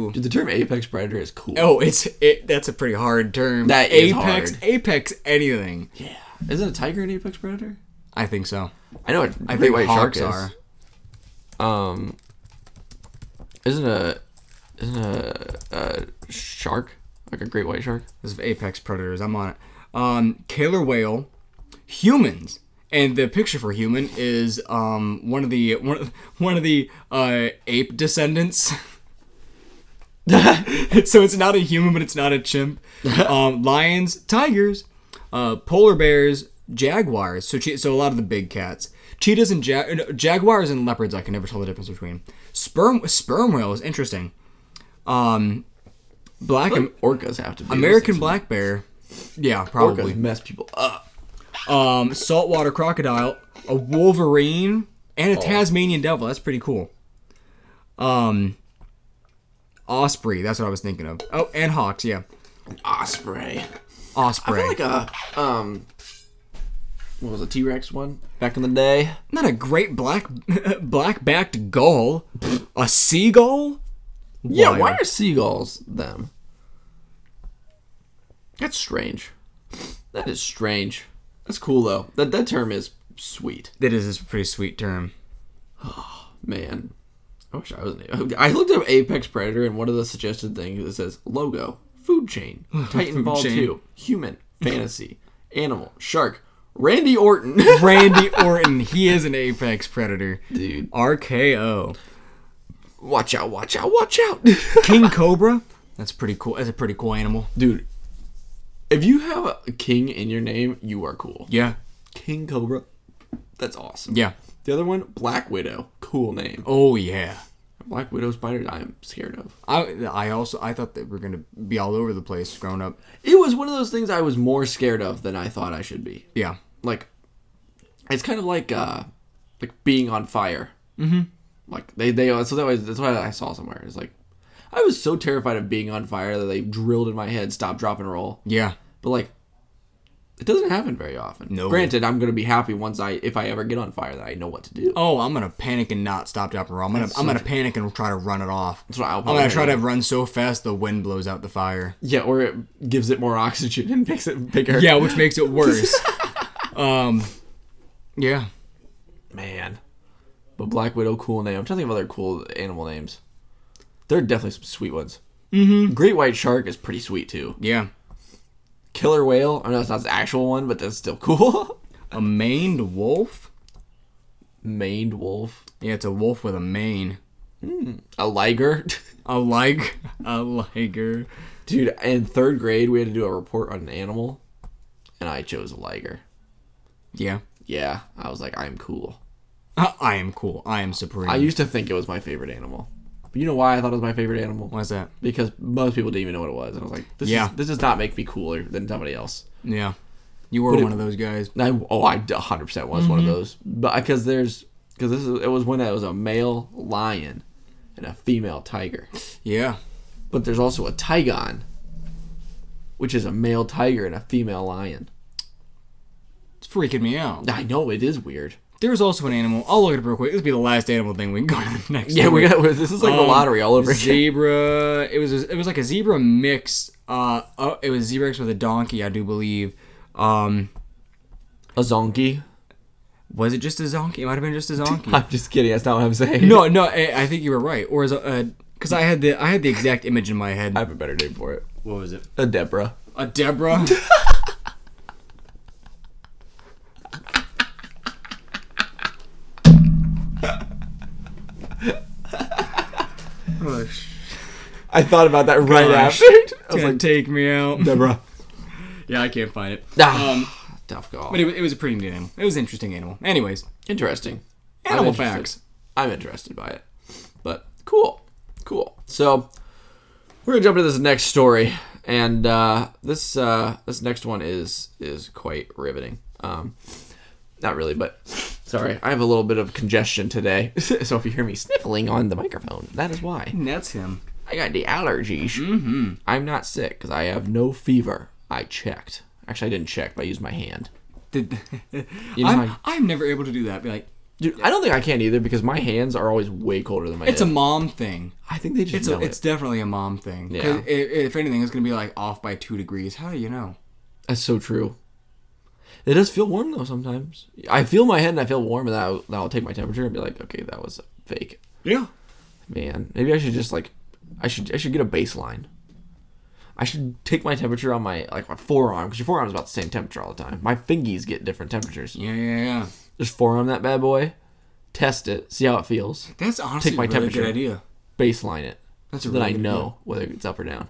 S2: no.
S1: Dude, the term apex predator is cool.
S2: Oh, it's it. That's a pretty hard term.
S1: That is
S2: apex,
S1: hard.
S2: apex, anything.
S1: Yeah. Isn't a tiger an apex predator?
S2: I think so.
S1: I know what
S2: I
S1: great
S2: think
S1: white
S2: hawks
S1: sharks
S2: are.
S1: Um, isn't a isn't a, a shark like a great white shark?
S2: This is apex predators. I'm on it. Um, killer whale, humans, and the picture for human is um one of the one of, one of the uh ape descendants. so it's not a human, but it's not a chimp. Um, lions, tigers, uh, polar bears, jaguars. So che- so a lot of the big cats. Cheetahs and ja- no, jaguars and leopards. I can never tell the difference between. Sperm sperm whale is interesting. Um, black and
S1: Orcas have to be
S2: American black bear. Yeah,
S1: Orcas
S2: probably.
S1: mess people up.
S2: Um, saltwater crocodile, a wolverine, and a Tasmanian devil. That's pretty cool. Um, osprey. That's what I was thinking of. Oh, and hawks. Yeah,
S1: Osprey.
S2: osprey.
S1: Like a um, what was a T Rex one back in the day?
S2: Not a great black black backed gull. a seagull.
S1: Yeah,
S2: Wild.
S1: why are seagulls them? That's strange. That is strange. That's cool though. That that term is sweet,
S2: That is a pretty sweet term.
S1: man. I wish I wasn't. I looked up apex predator, and one of the suggested things it says logo, food chain, Titanfall
S2: chain.
S1: two, human, fantasy, animal, shark, Randy Orton,
S2: Randy Orton. he is an apex predator.
S1: dude.
S2: RKO.
S1: Watch out! Watch out! Watch out!
S2: King cobra. That's pretty cool. That's a pretty cool animal.
S1: dude, if you have a king in your name, you are cool.
S2: Yeah.
S1: King Cobra. That's awesome.
S2: Yeah.
S1: The other one, Black Widow. Cool name.
S2: Oh yeah.
S1: Black Widow spiders I'm scared of.
S2: I I also I thought that we're gonna be all over the place growing up.
S1: It was one of those things I was more scared of than I thought I should be.
S2: Yeah.
S1: Like, it's kind of like uh, like being on fire. Mm-hmm. Like they they so that was that's why I saw somewhere. It's like I was so terrified of being on fire that they drilled in my head stop drop and roll.
S2: Yeah.
S1: But like, it doesn't happen very often.
S2: No.
S1: Granted, I'm gonna be happy once I if I ever get on fire that I know what to do.
S2: Oh, I'm gonna panic and not stop dropping roll. I'm gonna I'm gonna panic and try to run it off.
S1: That's what I'll
S2: I'm gonna
S1: probably
S2: Oh, try to run so fast the wind blows out the fire.
S1: Yeah, or it gives it more oxygen and makes it bigger.
S2: Yeah, which makes it worse. um, yeah.
S1: man. But Black Widow, cool name. I'm trying to think of other cool animal names. There are definitely some sweet ones. Mm-hmm. Great White Shark is pretty sweet too.
S2: Yeah.
S1: Killer Whale. I know it's not the actual one, but that's still cool.
S2: A maned wolf.
S1: maned wolf,
S2: Yeah, it's a wolf with a mane.
S1: a liger.
S2: A like a liger.
S1: Dude, in third grade, we had to do a report on an animal, and I chose a liger.
S2: Yeah.
S1: Yeah, I was like, I'm cool.
S2: I am cool. I am supreme.
S1: I used to think it was my favorite animal. But you know why I thought it was my favorite animal?
S2: Why's that?
S1: Because most people didn't even know what it was. And I was like, this,
S2: Yeah.
S1: is, this does not make me cooler than somebody else.
S2: Yeah. You were
S1: it-
S2: one of those guys.
S1: And I, oh, I 100% was one
S2: Mm-hmm.
S1: of those. But because there's, because this is, it was when it was a male lion and a female tiger.
S2: Yeah.
S1: But there's also a tigon, which is a male tiger and a female lion.
S2: It's freaking me out.
S1: I know it is weird.
S2: There's also an animal. I'll look it up real quick. This will be the last animal thing we can go to the next
S1: Yeah,
S2: one.
S1: we're gonna. This is like the
S2: Um,
S1: lottery all over again.
S2: Zebra. It was it was like a zebra mix. Uh, oh, it was zebra mixed with a donkey, I do believe. Um,
S1: A zonkey.
S2: was it just a donkey? It might have been just a donkey.
S1: I'm just kidding. That's not what I'm saying.
S2: no, no, I, I think you were right. Or is a because I had the I had the exact image in my head.
S1: I have a better name for it.
S2: what was it?
S1: A Deborah.
S2: A Deborah. Oh, oh, sh-
S1: I thought about that right
S2: Gosh.
S1: after. I
S2: it's
S1: was
S2: gonna
S1: like
S2: take me out.
S1: Deborah.
S2: Yeah, I can't find it.
S1: Ah,
S2: Um,
S1: tough call.
S2: but it, wa- it was a pretty neat animal. It was an interesting animal. Anyways,
S1: Interesting. I'm
S2: animal
S1: interested.
S2: facts.
S1: I'm interested by it. But cool, cool. So we're gonna jump into this next story, and uh, this uh, this next one is is quite riveting. Um, not really, but sorry, I have a little bit of congestion today, so if you hear me sniffling on the microphone, that is why
S2: And that's him.
S1: I got the allergies. Mm-hmm. I'm not sick because I have no fever. I checked. Actually, I didn't check, but I used my hand.
S2: Did
S1: know
S2: I'm,
S1: how-
S2: I'm never able to do that. Be like,
S1: Dude, I don't think I can either because my hands are always way colder than my.
S2: it's a
S1: head.
S2: mom thing.
S1: I think they just
S2: It's
S1: know
S2: a, it's
S1: it.
S2: definitely a mom thing. 'Cause
S1: Yeah.
S2: i- if anything, it's gonna be like off by two degrees. How do you know?
S1: That's so true. It does feel warm though sometimes. I feel my head and I feel warm, and then I'll, then I'll take my temperature and be like, okay, that was fake,
S2: Yeah.
S1: man. Maybe I should just like, I should I should get a baseline. I should take my temperature on my like my forearm because your forearm is about the same temperature all the time. My fingies get different temperatures.
S2: Yeah, yeah, yeah.
S1: Just forearm that bad boy, test it, see how it feels,
S2: That's honestly
S1: Take my
S2: a really
S1: temperature.
S2: good idea.
S1: baseline it.
S2: That's a
S1: so
S2: really
S1: then I
S2: good
S1: know whether it's up or down.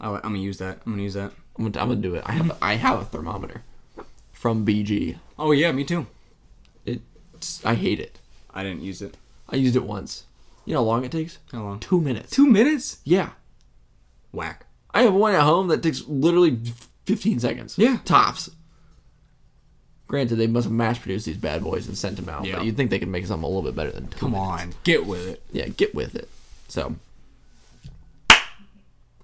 S2: I, am gonna use that. Oh, I'm gonna use that.
S1: I'm gonna, I'm gonna do it. I have I have a thermometer from BG.
S2: Oh yeah, me too.
S1: It's, I hate it.
S2: I didn't use it.
S1: I used it once. You know how long it takes?
S2: How long?
S1: Two minutes.
S2: Two minutes?
S1: Yeah.
S2: Whack.
S1: I have one at home that takes literally 15 seconds.
S2: Yeah.
S1: Tops. Granted, they must have mass produced these bad boys and sent them out,
S2: Yeah.
S1: but you'd think they could make something a little bit better than two
S2: Come
S1: minutes.
S2: on, get with it.
S1: Yeah, get with it. So,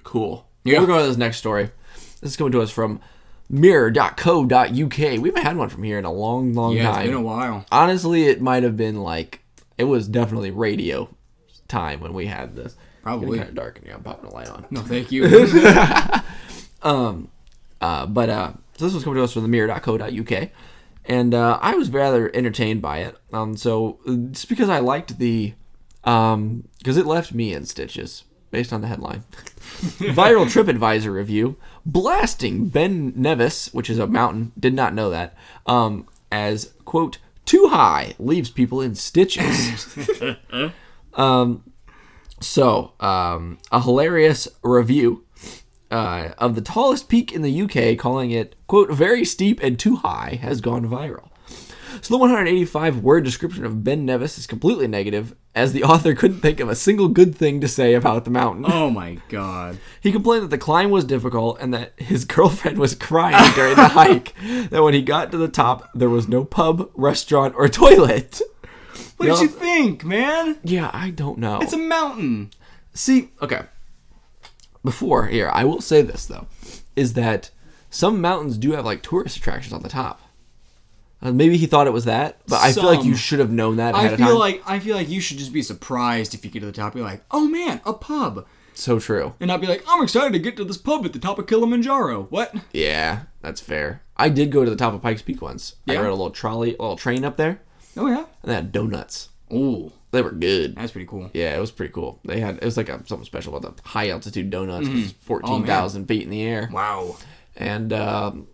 S1: cool.
S2: Yeah.
S1: We're going to this next story. This is coming to us from mirror.co.uk. We haven't had one from here in a long, long
S2: Yeah,
S1: time.
S2: it's been a while.
S1: Honestly, it might have been like it was definitely radio time when we had this.
S2: Probably.
S1: kind of dark in here. I'm popping a light on.
S2: No, thank you.
S1: Uh, but uh, so this was coming to us from the mirror.co.uk, and uh, I was rather entertained by it. Um, so uh, just because I liked the, um, because it left me in stitches based on the headline. Viral TripAdvisor review blasting Ben Nevis, which is a mountain. Did not know that. Um, as quote too high leaves people in stitches. So, um, a hilarious review uh, of the tallest peak in the UK, calling it, quote, very steep and too high, has gone viral. So, the 185 word description of Ben Nevis is completely negative, as the author couldn't think of a single good thing to say about the mountain.
S2: oh my god.
S1: He complained that the climb was difficult and that his girlfriend was crying during the hike, that when he got to the top, there was no pub, restaurant, or toilet.
S2: What did
S1: No.
S2: you think, man?
S1: Yeah, I don't know.
S2: It's a mountain.
S1: See, okay. Before here, I will say this though, is that some mountains do have like tourist attractions on the top. Uh, maybe he thought it was that, but I feel like
S2: Some.
S1: you should have known that. Ahead
S2: I
S1: of time.
S2: feel like I feel like you should just be surprised if you get to the top. You're like, oh man, a pub,
S1: so true.
S2: and not be like, I'm excited to get to this pub at the top of Kilimanjaro. What?
S1: Yeah, that's fair. I did go to the top of Pikes Peak once. I
S2: Yeah.
S1: rode a little trolley, a little train up there,
S2: Oh yeah.
S1: and they had donuts.
S2: Ooh,
S1: They were good.
S2: that's pretty cool.
S1: Yeah, it was pretty cool. They had it was like a, something special about the
S2: Mm-hmm. Oh,
S1: high altitude donuts. 'cause It's fourteen thousand feet in the air.
S2: Wow.
S1: and um,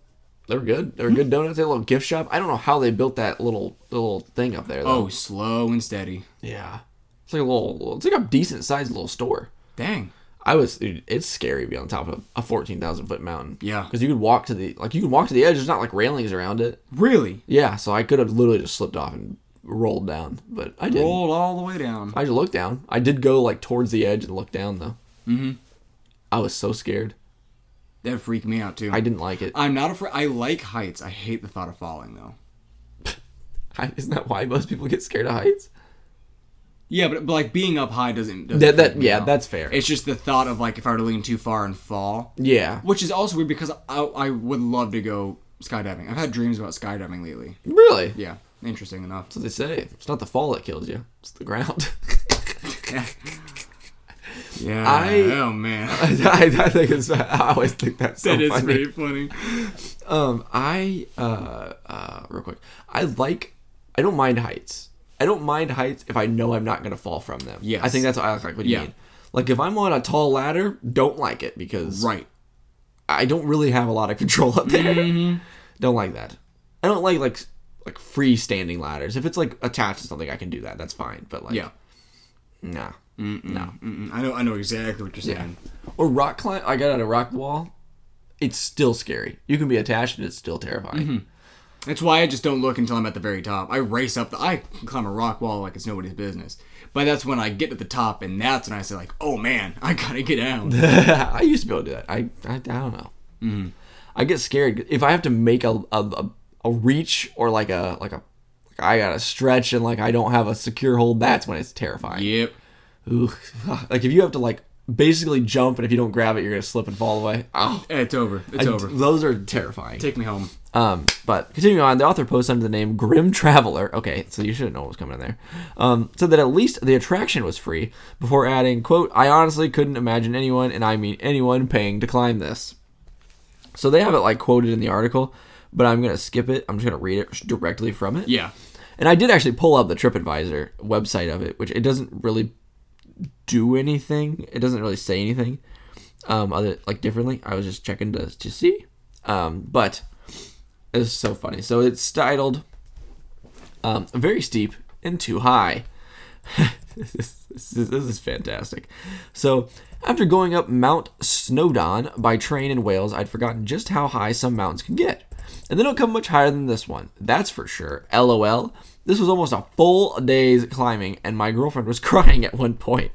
S1: They were good. They were good donuts. They had a little gift shop. I don't know how they built that little little thing up there. Though.
S2: Oh, slow and steady.
S1: yeah, it's like a little. It's like a decent sized little store.
S2: Dang.
S1: I was. dude, it's scary to be on top of a fourteen thousand foot mountain.
S2: Yeah.
S1: because you could walk to the like you could walk to the edge. There's not like railings around it.
S2: Really?
S1: Yeah, so I could have literally just slipped off and rolled down, but I didn't.
S2: Rolled all the way down.
S1: I just looked down. I did go like towards the edge and look down though. Mm-hmm. I was so scared.
S2: That freaked me out too.
S1: I didn't like it.
S2: I'm not afraid. I like heights. I hate the thought of falling though.
S1: I, isn't that why most people get scared of heights?
S2: Yeah, but, but like being up high doesn't. doesn't
S1: That,
S2: freak
S1: that
S2: me
S1: yeah,
S2: out.
S1: that's fair.
S2: It's just the thought of like if I were to lean too far and fall.
S1: yeah,
S2: Which is also weird because I, I would love to go skydiving. I've had dreams about skydiving lately.
S1: really.
S2: Yeah, interesting enough.
S1: That's what they say. It's not the fall that kills you; it's the ground.
S2: Yeah.
S1: I-
S2: oh man,
S1: I, I think it's. I always think that's so
S2: that is
S1: funny.
S2: pretty funny.
S1: Um, I uh, uh, real quick. I like. I don't mind heights. I don't mind heights if I know I'm not gonna fall from them.
S2: Yes.
S1: I think that's what I like. What do you
S2: Yeah.
S1: mean? Like if I'm on a tall ladder, don't like it because
S2: Right.
S1: I don't really have a lot of control up there.
S2: Mm-hmm.
S1: Don't like that. I don't like like like freestanding ladders. If it's like attached to something, I can do that. That's fine. But like,
S2: Yeah.
S1: nah, no.
S2: Mm, I know. I know exactly what you're saying.
S1: Or rock climb. I got on a rock wall. It's still scary. You can be attached, and it's still terrifying.
S2: That's why I just don't look until I'm at the very top. I race up the. I can climb a rock wall like it's nobody's business. But that's when I get to the top, and that's when I say like, "Oh man, I gotta get down."
S1: I used to be able to do that. I I, I don't know.
S2: Mm-hmm.
S1: I get scared if I have to make a a, a, a reach or like a like a like I gotta stretch and like I don't have a secure hold. That's when it's terrifying.
S2: yep.
S1: Ooh. Like if you have to like basically jump and if you don't grab it, you're gonna slip and fall away. Oh,
S2: It's over. It's over.
S1: Those are terrifying.
S2: Take me home.
S1: Um, but continuing on, the author posts under the name Grim Traveler. Okay, so you should have known what was coming in there. Um, said that at least the attraction was free. Before adding, "quote I honestly couldn't imagine anyone, and I mean anyone, paying to climb this." So they have it like quoted in the article, but I'm gonna skip it. I'm just gonna read it directly from it.
S2: Yeah.
S1: And I did actually pull up the TripAdvisor website of it, which it doesn't really do anything. It doesn't really say anything um, other like differently. I was just checking to to see, um, but it's so funny. So it's titled um, "Very Steep and Too High." this, is, this is- this is fantastic. So, after going up Mount Snowdon by train in Wales, I'd forgotten just how high some mountains can get. And they don't come much higher than this one, that's for sure. LOL. This was almost a full day's climbing, and my girlfriend was crying at one point.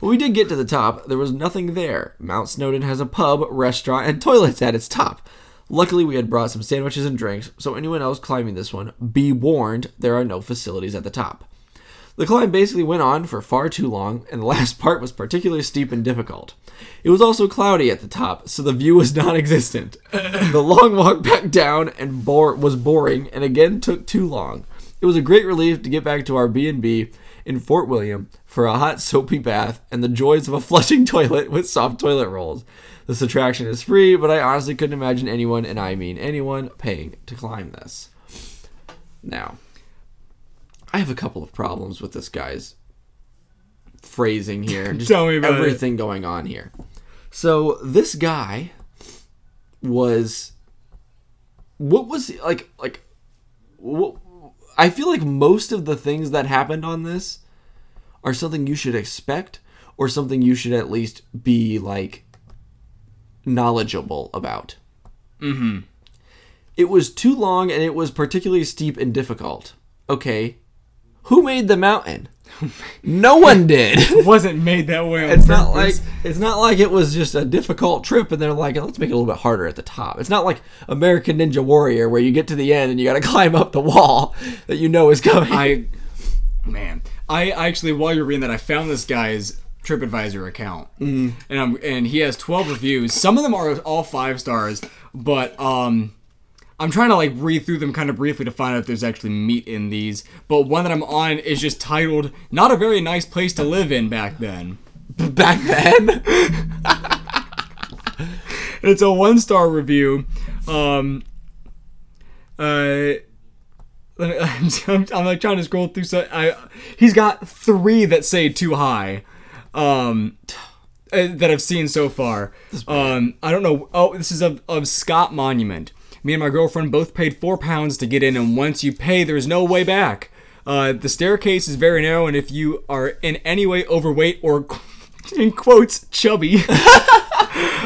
S1: When we did get to the top, there was nothing there. Mount Snowdon has a pub, restaurant, and toilets at its top. Luckily, we had brought some sandwiches and drinks, so anyone else climbing this one, be warned there are no facilities at the top. The climb basically went on for far too long, and the last part was particularly steep and difficult. It was also cloudy at the top, so the view was non existent. the long walk back down and bore- was boring and again took too long. It was a great relief to get back to our B&B in Fort William for a hot soapy bath and the joys of a flushing toilet with soft toilet rolls. This attraction is free, but I honestly couldn't imagine anyone, and I mean anyone, paying to climb this. Now, I have a couple of problems with this guy's phrasing here. Just
S2: Tell me about it.
S1: everything going on here. So this guy was what was he- like like what, I feel like most of the things that happened on this are something you should expect or something you should at least be like knowledgeable about. It was too long and it was particularly steep and difficult. Okay. Who made the mountain? no one did.
S2: Wasn't made that way.
S1: It's not like it's not like it was just a difficult trip and they're like, let's make it a little bit harder at the top. It's not like American Ninja Warrior where you get to the end and you got to climb up the wall that you know is coming.
S2: I man, I I actually while you're reading that, I found this guy's TripAdvisor account, mm. and I'm and he has 12 reviews. Some of them are all five stars, but um. I'm trying to like read through them kind of briefly to find out if there's actually meat in these, but one that I'm on is just titled "Not a Very Nice Place to Live in Back Then."
S1: Back then,
S2: And it's a one star review. Um, uh, let me- I'm, I'm, I'm like trying to scroll through. So I, he's got three that say too high, um, uh, that I've seen so far. Um, I don't know. Oh, this is of, of Scott Monument. Me and my girlfriend both paid four pounds to get in, and once you pay, there's no way back. Uh, the staircase is very narrow, and if you are in any way overweight or, in quotes, chubby,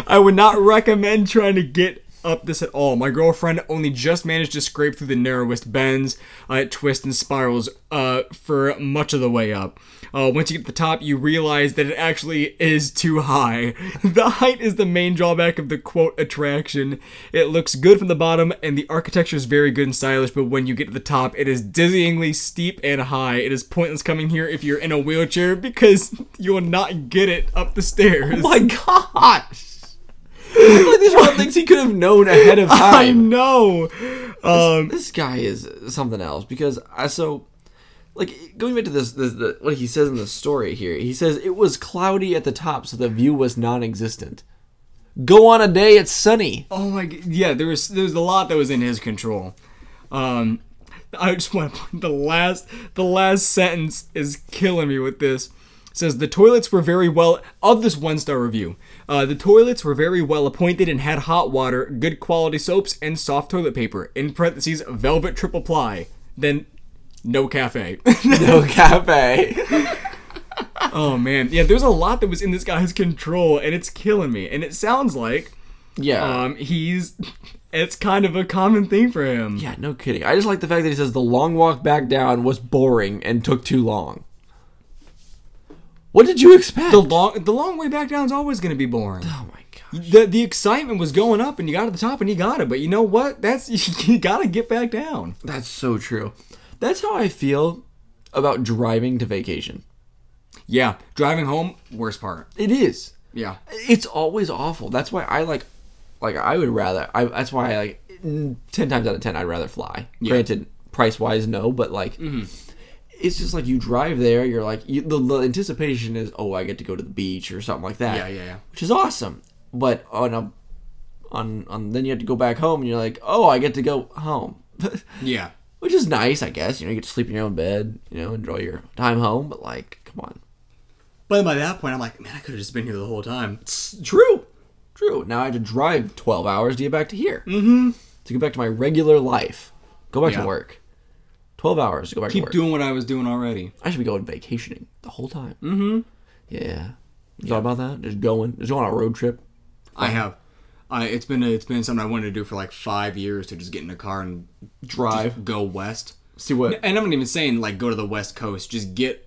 S2: I would not recommend trying to get up this at all. My girlfriend only just managed to scrape through the narrowest bends, uh, twists, and spirals uh, for much of the way up. Uh, once you get to the top, you realize that it actually is too high. The height is the main drawback of the quote attraction. It looks good from the bottom, and the architecture is very good and stylish, but when you get to the top, it is dizzyingly steep and high. It is pointless coming here if you're in a wheelchair because you will not get it up the stairs.
S1: my gosh! I feel like these are all things he could have known ahead of
S2: I
S1: time.
S2: know. Um,
S1: this guy is something else because I so like going back to this, this the, what he says in the story here. He says it was cloudy at the top, so the view was non-existent. Go on a day it's sunny.
S2: Oh my god! Yeah, there was there was a lot that was in his control. Um, I just want to point the last the last sentence is killing me with this. It says the toilets were very well of this one star review. Uh, the toilets were very well appointed and had hot water, good quality soaps, and soft toilet paper. In parentheses, velvet triple ply. Then, no cafe.
S1: No cafe.
S2: oh man, yeah, there's a lot that was in this guy's control, and it's killing me. And it sounds like
S1: Yeah.
S2: um, he's it's kind of a common thing for him.
S1: yeah, no kidding. I just like the fact that he says the long walk back down was boring and took too long. What did you expect?
S2: The long the long way back down's always gonna be boring.
S1: oh my god.
S2: The the excitement was going up and you got to the top and you got it, but you know what? That's you gotta get back down.
S1: That's so true. That's how I feel about driving to vacation.
S2: Yeah, driving home, worst part.
S1: It is.
S2: Yeah.
S1: It's always awful. That's why I like, like I would rather. I that's why I like mm, ten times out of ten I'd rather fly. Granted, price wise, no, but like.
S2: Mm-hmm.
S1: It's just like you drive there. You're like you, the, the anticipation is, oh, I get to go to the beach or something like that.
S2: Yeah, yeah, yeah.
S1: Which is awesome. But on a, on on then you have to go back home and you're like, oh, I get to go home.
S2: Yeah.
S1: which is nice, I guess. You know, you get to sleep in your own bed, you know, enjoy your time home, but like, come on.
S2: But by that point, I'm like, man, I could have just been here the whole time.
S1: True. True. Now I have to drive 12 hours to get back to here. Mm-hmm. To get back to my regular life. Go back
S2: Yeah.
S1: to work. 12 hours to go back to
S2: Keep
S1: work.
S2: doing what I was doing already.
S1: I should be going vacationing the whole time. Mm-hmm. Yeah. You thought about that? Just going, just going on a road trip.
S2: I have. I it's been it's been something I wanted to do for like five years to just get in a car and
S1: Drive.
S2: just go west.
S1: See what?
S2: And I'm not even saying like go to the west coast. Just get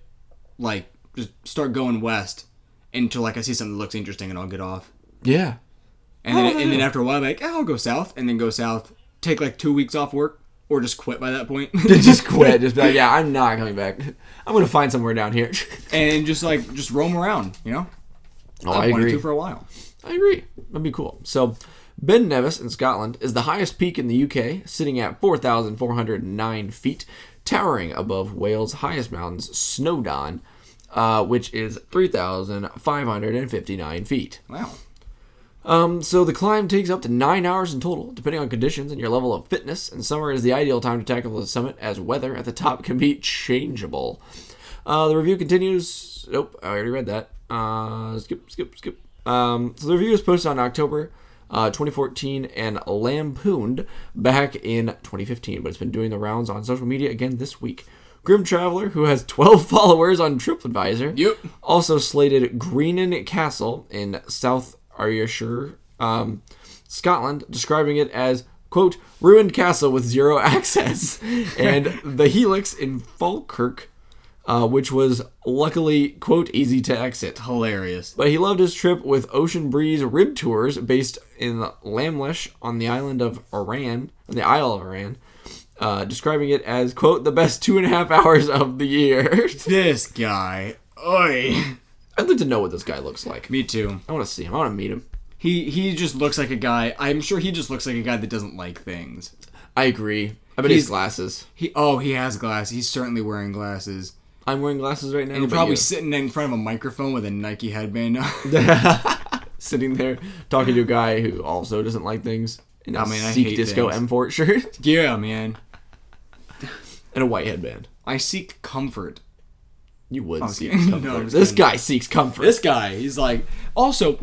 S2: like just start going west until like I see something that looks interesting and I'll get off.
S1: Yeah.
S2: And then, and
S1: Oh.
S2: then after a while, I'm like, "Eh, I'll go south and then go south. Take like two weeks off work or just quit by that point.
S1: just quit. Just be like, yeah, I'm not coming back. I'm going to find somewhere down here.
S2: and just like just roam around. You know,
S1: oh,
S2: I've wanted to for a while.
S1: I agree. That'd be cool. So, Ben Nevis in Scotland is the highest peak in the UK, sitting at 4,409 feet, towering above Wales' highest mountains, Snowdon, uh, which is 3,559 feet.
S2: Wow.
S1: Um, so the climb takes up to nine hours in total, depending on conditions and your level of fitness. And summer is the ideal time to tackle the summit, as weather at the top can be changeable. Uh, the review continues. Nope, I already read that. Uh, skip, skip, skip. Um, so the review was posted on October uh, 2014 and lampooned back in 2015, but it's been doing the rounds on social media again this week. Grim Traveler, who has 12 followers on TripAdvisor,
S2: Yep.
S1: also slated Greenan Castle in South Ayrshire, um, Scotland, describing it as quote ruined castle with zero access, and the Helix in Falkirk, uh, which was luckily quote easy to exit.
S2: Hilarious.
S1: But he loved his trip with ocean breeze rib tours based in Lamlash on the island of Iran, on the Isle of Iran, uh, describing it as quote the best two and a half hours of the year.
S2: This guy. Oi.
S1: I'd like to know what this guy looks like.
S2: Me too.
S1: I want to see him. I want to meet him.
S2: He he just looks like a guy. I'm sure he just looks like a guy that doesn't like things.
S1: I agree. I bet he's,
S2: He's-
S1: glasses.
S2: He oh he has glasses. He's certainly wearing glasses.
S1: I'm wearing glasses right now.
S2: You're
S1: but
S2: probably
S1: you-
S2: sitting in front of a microphone with a Nike headband. on.
S1: sitting there talking to a guy who also doesn't like things in a
S2: I mean, I
S1: Sikh
S2: hate
S1: disco
S2: things.
S1: M4 shirt
S2: yeah, man.
S1: and a white headband.
S2: I seek comfort.
S1: You would seek
S2: kidding. No,
S1: comfort.
S2: I'm just
S1: this
S2: kidding.
S1: guy seeks comfort.
S2: This guy, he's like. Also,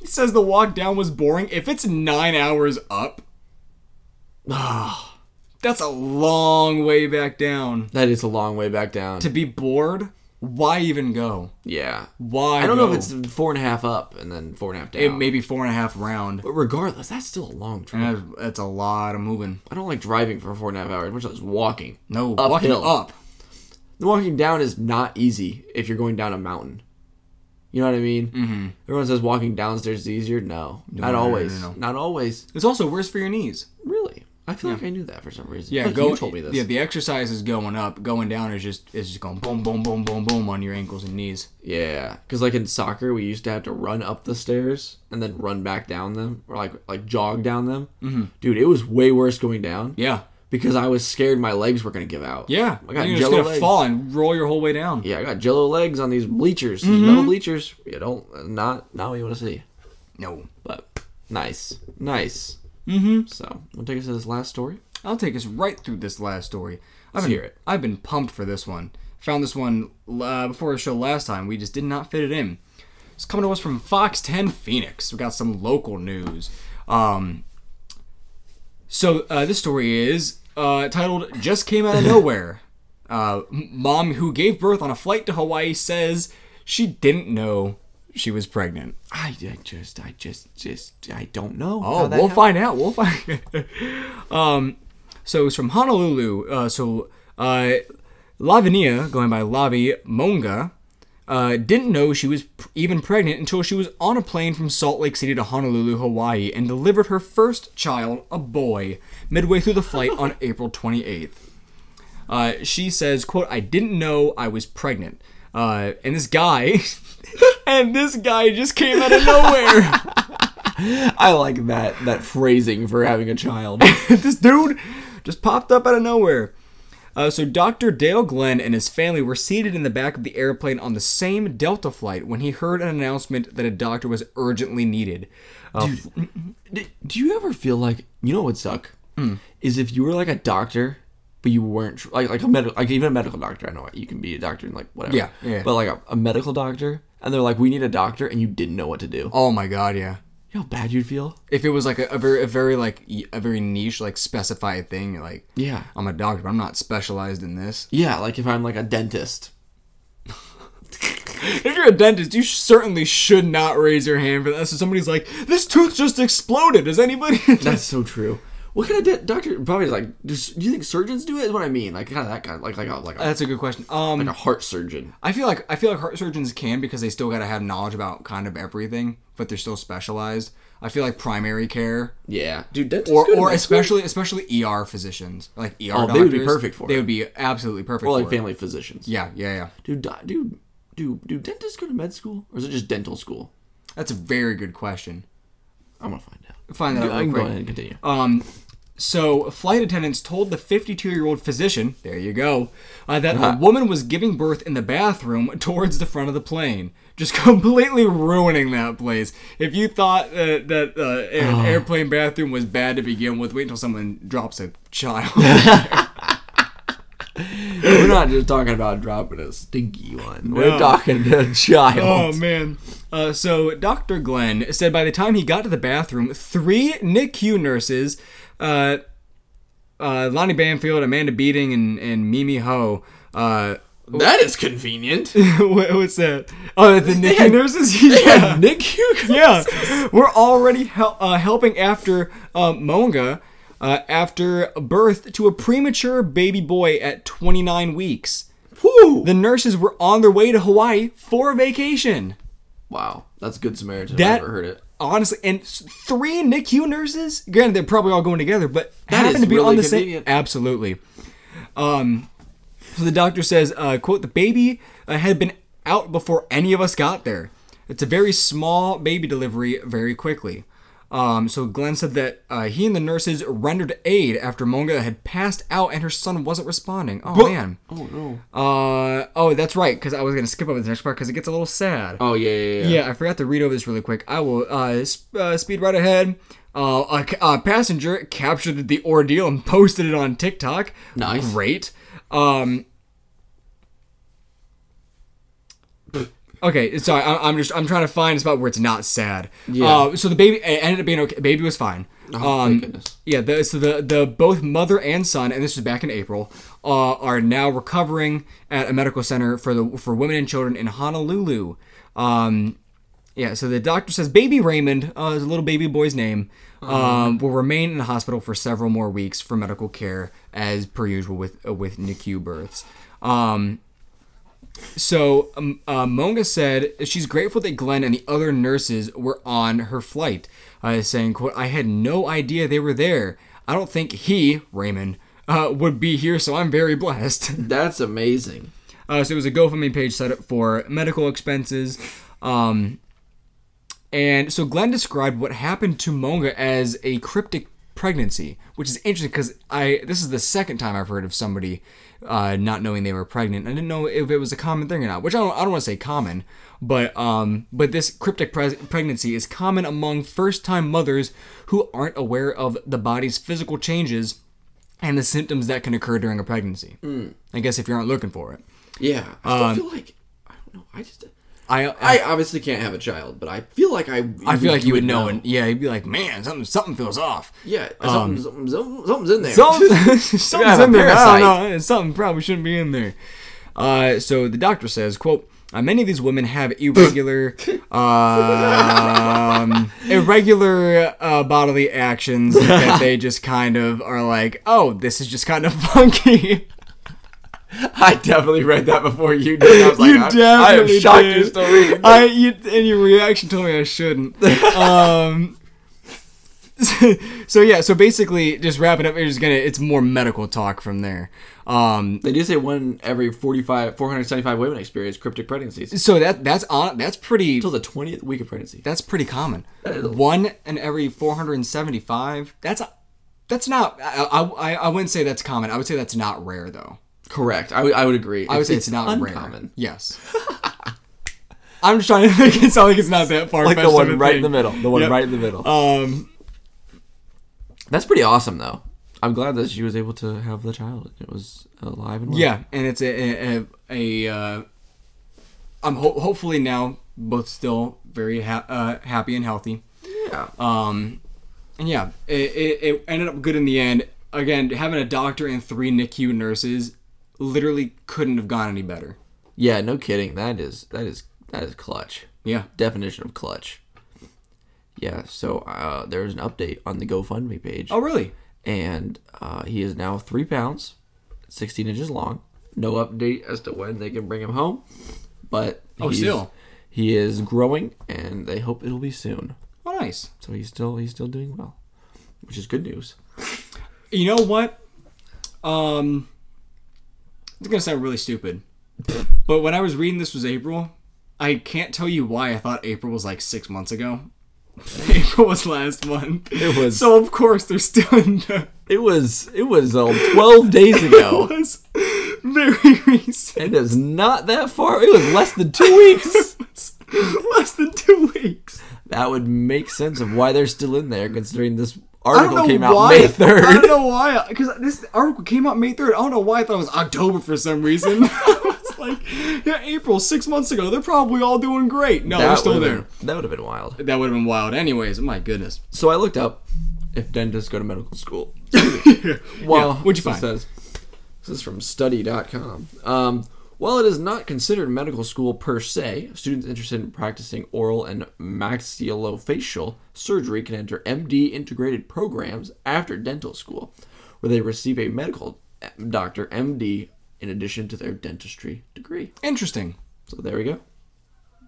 S2: he says the walk down was boring. If it's nine hours up, ah, That's a long way back down.
S1: That is a long way back down.
S2: To be bored, why even go?
S1: yeah.
S2: Why?
S1: I don't know
S2: go?
S1: if it's four and a half up and then four and a half down.
S2: it may be four and a half round.
S1: but regardless, that's still a long trip.
S2: That's, that's a lot of moving.
S1: I don't like driving for four and a half hours, much less walking.
S2: No,
S1: Uphill.
S2: walking up.
S1: The walking down is not easy if you're going down a mountain. You know what I mean? Mm-hmm. Everyone says walking downstairs is easier. No, not
S2: no, no,
S1: always.
S2: no, no.
S1: Not always.
S2: It's also worse for your knees.
S1: Really, I feel like I knew that for some reason. I
S2: Yeah,
S1: feel
S2: go.
S1: like you told me this.
S2: Yeah,
S1: Yeah,
S2: the exercise is going up. Going down is just is just going boom, boom, boom, boom, boom on your ankles and knees.
S1: because like in soccer, we used to have to run up the stairs and then run back down them, or like like jog down them. Mm-hmm. Dude, it was way worse going down.
S2: Yeah,
S1: because I was scared my legs were gonna give out.
S2: yeah.
S1: I got
S2: You're just
S1: jello
S2: gonna
S1: legs.
S2: fall and roll your whole way down.
S1: Yeah, I got jello legs on these bleachers, these
S2: Mm-hmm.
S1: metal bleachers. You don't not not what you want to see.
S2: No,
S1: But nice, nice.
S2: Mhm.
S1: So, want to take us to this last story?
S2: I'll take us right through this last story. I've
S1: Let's
S2: been,
S1: hear it.
S2: I've been pumped for this one. Found this one uh, before our show last time. We just did not fit it in. It's coming to us from Fox 10 Phoenix. We got some local news. Um, so uh, this story is uh, titled "Just Came Out of Nowhere." uh, m- Mom who gave birth on a flight to Hawaii says she didn't know she was pregnant.
S1: I, I just, I just, just, I don't know.
S2: Oh, we'll find out. We'll find. um, so it's from Honolulu. Uh, so uh, Lavinia, going by Lavi Monga, uh, didn't know she was pr- even pregnant until she was on a plane from Salt Lake City to Honolulu, Hawaii, and delivered her first child, a boy, midway through the flight on April 28th. Uh, she says, "quote I didn't know I was pregnant." Uh, and this guy, and this guy just came out of nowhere.
S1: I like that that phrasing for having a child.
S2: this dude just popped up out of nowhere. Uh, so Dr. Dale Glenn and his family were seated in the back of the airplane on the same Delta flight when he heard an announcement that a doctor was urgently needed. Uh,
S1: do, do you ever feel like you know what would suck is if you were like a doctor, but you weren't tr- like like a medical like even a medical doctor. I know you can be a doctor and like whatever.
S2: Yeah, yeah.
S1: But like a, a medical doctor, and they're like, we need a doctor, and you didn't know what to do.
S2: oh my god, yeah.
S1: You know how bad you'd feel.
S2: If it was like a, a very, a very like y- a very niche, like specified thing, you're like,
S1: Yeah.
S2: I'm a doctor, but I'm not specialized in this.
S1: Yeah, like if I'm like a dentist.
S2: If you're a dentist, you certainly should not raise your hand for that. So somebody's like, this tooth just exploded. Does anybody?
S1: That's so true. What kind of de- doctor? Probably like. Do s- do you think surgeons do it? Is what I mean. Like kind of that kind. Like like a like a,
S2: That's a good question. Um,
S1: like a heart surgeon.
S2: I feel like I feel like heart surgeons can because they still gotta have knowledge about kind of everything, but they're still specialized. I feel like primary care,
S1: Yeah, dude. Dentists
S2: or
S1: good in
S2: or
S1: med school.
S2: especially especially ER physicians, like
S1: Oh,
S2: ER doctors,
S1: they would be perfect for
S2: They
S1: it.
S2: would be absolutely perfect
S1: or like
S2: for it.
S1: family physicians.
S2: Yeah, yeah, yeah.
S1: Do do do do do dentists go to med school or is it just dental school?
S2: That's a very good question.
S1: I'm gonna find out.
S2: Find that out.
S1: I
S2: real
S1: can go
S2: quick.
S1: ahead and continue.
S2: Um, so flight attendants told the 52-year-old physician, there you go, uh, that a woman was giving birth in the bathroom towards the front of the plane, just completely ruining that place. If you thought uh, that uh, an airplane bathroom was bad to begin with, wait until someone drops a child.
S1: We're not just talking about dropping a stinky one. We're talking to a child.
S2: oh man. Uh, so Dr. Glenn said by the time he got to the bathroom, three NICU nurses. Uh, uh, Lonnie Banfield, Amanda Beating, and, and Mimi Ho. Uh,
S1: that is convenient.
S2: what, what's that? Oh, the NICU nurses. yeah,
S1: Nick, you
S2: yeah. We're already hel- uh, helping after uh, Monga uh, after birth to a premature baby boy at 29 weeks.
S1: Woo.
S2: The nurses were on their way to Hawaii for a vacation.
S1: Wow, that's good Samaritan.
S2: That-
S1: I've never heard it.
S2: Honestly, and s- three NICU nurses. Granted, they're probably all going together, but happen
S1: is
S2: to be
S1: really
S2: on the
S1: convenient.
S2: same. Absolutely. Um, so the doctor says, uh, "quote The baby uh, had been out before any of us got there. It's a very small baby delivery, very quickly." Um, so Glenn said that uh, he and the nurses rendered aid after Monga had passed out and her son wasn't responding. Oh man.
S1: Oh no.
S2: Uh, oh, that's right. Because I was gonna skip over this next part because it gets a little sad.
S1: Oh yeah yeah yeah.
S2: Yeah, I forgot to read over this really quick. I will uh, sp- uh, speed right ahead. Uh, a, ca- a passenger captured the ordeal and posted it on TikTok.
S1: Nice.
S2: Great. Um, okay, sorry. I, I'm just I'm trying to find a spot where it's not sad.
S1: Yeah.
S2: Uh, so the baby it ended up being okay. Baby was fine.
S1: Oh,
S2: Um,
S1: thank goodness.
S2: Yeah, the, so the the both mother and son, and this was back in April, uh, are now recovering at a medical center for the for women and children in Honolulu. Um, yeah, so the doctor says baby Raymond, uh, is a little baby boy's name,
S1: Uh-huh.
S2: um, will remain in the hospital for several more weeks for medical care, as per usual with uh, with NICU births. Um, so um, uh, Mona said she's grateful that Glenn and the other nurses were on her flight, uh, saying, "quote I had no idea they were there. I don't think he Raymond uh, would be here, so I'm very blessed."
S1: That's amazing.
S2: Uh, so it was a GoFundMe page set up for medical expenses. Um, and so Glenn described what happened to Monga as a cryptic pregnancy, which is interesting because I this is the second time I've heard of somebody uh, not knowing they were pregnant. I didn't know if it was a common thing or not, which I don't, I don't want to say common, but um, but this cryptic pre- pregnancy is common among first-time mothers who aren't aware of the body's physical changes and the symptoms that can occur during a pregnancy. I guess if you aren't looking for it.
S1: Yeah. I still feel like I don't know. I just
S2: I, I,
S1: I obviously can't have a child, but I feel like I
S2: I feel like you would know, and yeah, you'd be like, man, something something feels off.
S1: Yeah, something, something, something- Um, something's in there.
S2: Something, something's
S1: have a
S2: in there. I
S1: parasite.
S2: don't know. Something probably shouldn't be in there. Uh, so the doctor says, "quote uh, Many of these women have irregular, um, irregular uh, bodily actions that they just kind of are like, oh, this is just kind of funky."
S1: I definitely read that before you did. I was
S2: you
S1: I'm-
S2: definitely did.
S1: reading this.
S2: I you, and your reaction told me I shouldn't. um, so yeah, so basically, just wrapping up, it's gonna it's more medical talk from there. Um,
S1: They do say one every 45, 475 women experience cryptic pregnancies
S2: so that that's on that's pretty
S1: until the twentieth week of pregnancy.
S2: that's pretty common. One in every four hundred and seventy five. That's that's not. I, I I wouldn't say that's common. I would say that's not rare though.
S1: Correct. I would I would agree.
S2: I would say it's, not rare.
S1: uncommon.
S2: Yes. I'm just trying to make it sound like it's not that far.
S1: Like the one right in the middle. The one
S2: Yep.
S1: right in the middle.
S2: Um,
S1: That's pretty awesome, though. I'm glad that she was able to have the child. It was alive and well.
S2: Yeah, and it's a a, a, a uh, I'm ho- hopefully now both still very ha- uh, happy and healthy.
S1: Yeah.
S2: Um, and yeah, it, it, it ended up good in the end. Again, having a doctor and three NICU nurses literally couldn't have gone any better.
S1: Yeah, no kidding. That is that is that is clutch.
S2: Yeah.
S1: Definition of clutch. Yeah, so uh, there was an update on the GoFundMe page,
S2: Oh, really?
S1: and uh, he is now three pounds, sixteen inches long. No update as to when they can bring him home, but
S2: Oh,
S1: he's-
S2: still.
S1: he is growing, and they hope it'll be soon.
S2: Oh, nice.
S1: So he's still he's still doing well, which is good news.
S2: You know what? Um, it's gonna sound really stupid, but when I was reading this was April. I can't tell you why I thought April was like six months ago. April was last month. It
S1: was-
S2: So of course they're still in the
S1: It was it was um, twelve days ago.
S2: was very
S1: It
S2: recent.
S1: is not that far. It was less than two weeks.
S2: Less than two weeks.
S1: that would make sense of why they're still in there, considering this
S2: I don't
S1: article
S2: know
S1: came out
S2: why.
S1: May
S2: I don't
S1: third.
S2: know why. Because this article came out May 3rd. I don't know why I thought it was October for some reason. I was like, yeah, April, six months ago. They're probably all doing great. No, they're still there.
S1: That would have been wild.
S2: That would have been wild. Anyways, my goodness.
S1: So I looked up if dentists go to medical school. Well,
S2: what'd you
S1: this
S2: find?
S1: Says, this is from study.com. Um, while it is not considered medical school per se, students interested in practicing oral and maxillofacial surgery can enter MD integrated programs after dental school, where they receive a medical eh, doctor MD in addition to their dentistry degree.
S2: Interesting.
S1: So there we go.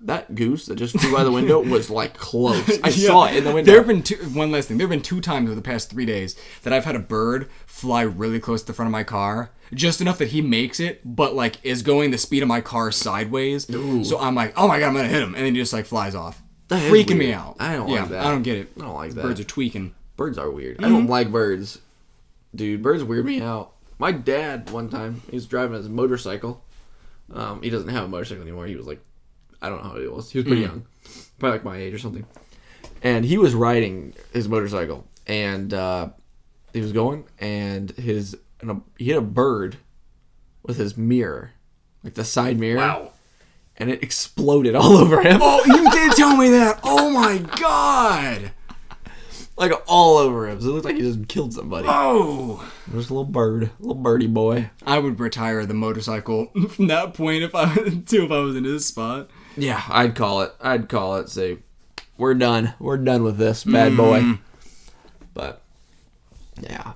S1: That goose that just flew by the window was like close. I saw it in the window.
S2: There have been two, one last thing. There have been two times over the past three days that I've had a bird fly really close to the front of my car, just enough that he makes it, but like is going the speed of my car sideways. So I'm like, oh my god, I'm gonna hit him, and then he just like flies off,
S1: That is
S2: freaking me
S1: weird.
S2: out.
S1: I don't
S2: yeah,
S1: like that.
S2: I don't get it.
S1: I don't like that.
S2: Birds are tweaking.
S1: Birds are weird. I don't like birds. Dude, birds weird me out. My dad one time, he was driving his motorcycle. Um, he doesn't have a motorcycle anymore. He was like I don't know how old he was. He was pretty young. Probably like my age or something. And he was riding his motorcycle and uh, he was going and his and a, he hit a bird with his mirror. Like the side mirror. And it exploded all over him.
S2: Oh, you did tell me that. Oh my god.
S1: like all over him. So it looked like he just killed somebody.
S2: Oh.
S1: There's a little bird, little birdie boy.
S2: I would retire the motorcycle from that point if I too if I was in his spot.
S1: Yeah, I'd call it. I'd call it. Say, we're done. We're done with this bad
S2: Mm.
S1: boy. But yeah,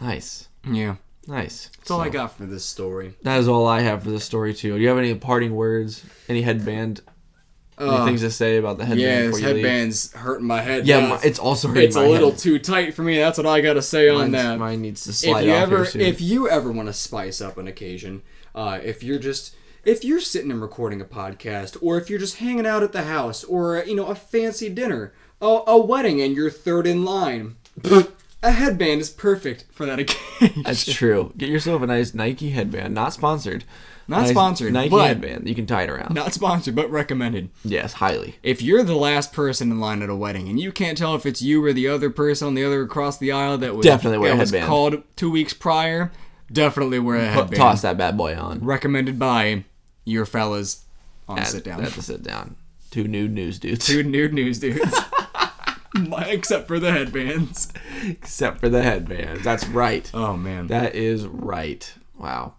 S1: nice,
S2: Yeah.
S1: nice.
S2: That's all I got for this story.
S1: That is all I have for this story too. Do you have any parting words? Any headband?
S2: Uh,
S1: any things to say about the headband?
S2: Yeah, this
S1: before you leave?
S2: headband's hurting my head.
S1: Yeah,
S2: now.
S1: my, it's also hurting
S2: it's
S1: my
S2: a little
S1: head.
S2: too tight for me. That's what I gotta say on
S1: Mine's-
S2: that.
S1: Mine needs to slide
S2: if you
S1: off
S2: ever
S1: here soon.
S2: if you ever want to spice up an occasion uh, if you're just if you're sitting and recording a podcast or if you're just hanging out at the house or you know a fancy dinner a, a wedding and you're third in line a headband is perfect for that occasion
S1: That's true. Get yourself a nice Nike headband. Not sponsored.
S2: Not
S1: Nice
S2: sponsored,
S1: Nike
S2: but-
S1: headband. You can tie it around.
S2: not sponsored but recommended
S1: Yes, highly.
S2: if you're the last person in line at a wedding and you can't tell if it's you or the other person on the other across the aisle that was
S1: Definitely wear a
S2: that was
S1: headband.
S2: called two weeks prior definitely wear a headband
S1: Toss that bad boy on.
S2: recommended by your fellas on
S1: At-
S2: sit down
S1: At the sit down. Two nude news dudes.
S2: Dude, nude news dudes. My- Except for the headbands.
S1: Except for the headbands. That's right.
S2: Oh man.
S1: That is right. Wow.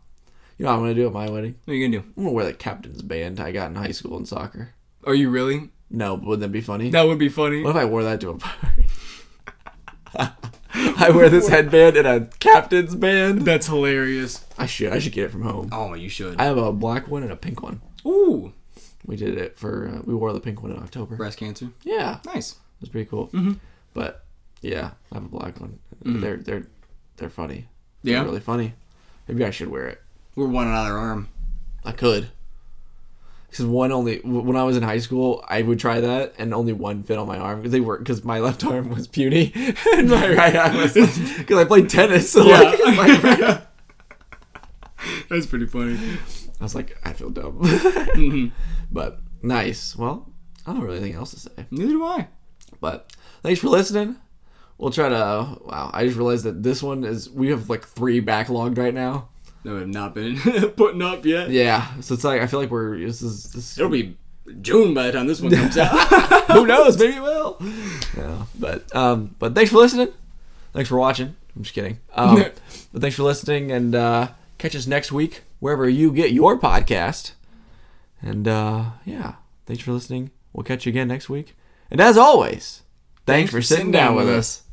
S1: You know what I'm gonna do at my wedding?
S2: what are you gonna do?
S1: I'm gonna wear the captain's band I got in high school in soccer.
S2: Are you really?
S1: No, but wouldn't that be funny?
S2: That would be funny.
S1: What if I wore that to a party? I wear this headband and a captain's band.
S2: That's hilarious.
S1: I should. I should get it from home.
S2: Oh, you should.
S1: I have a black one and a pink one.
S2: Ooh.
S1: We did it for uh, we wore the pink one in October.
S2: Breast cancer.
S1: Yeah, it
S2: Nice.
S1: was pretty cool.
S2: Mm-hmm.
S1: But yeah, I have a black one. They're they're they're funny.
S2: Mm. Yeah.
S1: they're really funny. Maybe I should wear it.
S2: We're one another arm.
S1: I could. Because one only w- when I was in high school, I would try that, and only one fit on my arm because they were because my left arm was puny and my right arm was because I played tennis. So like,
S2: Yeah.
S1: my right-
S2: That's pretty funny.
S1: I was like, I feel dumb.
S2: Mm-hmm.
S1: But nice. Well, I don't really have anything else to say.
S2: Neither do I.
S1: But thanks for listening. We'll try to. Wow, I just realized that this one is we have like three backlogged right now.
S2: That would have not been putting up yet.
S1: Yeah, so it's like I feel like we're this is this.
S2: It'll be June by the time this one comes out.
S1: who knows? Maybe it will. Yeah, but um, but thanks for listening. Thanks for watching. I'm just kidding. Um, but thanks for listening, and uh, catch us next week wherever you get your podcast. And uh, yeah, thanks for listening. We'll catch you again next week. And as always, thanks, for sitting down with us.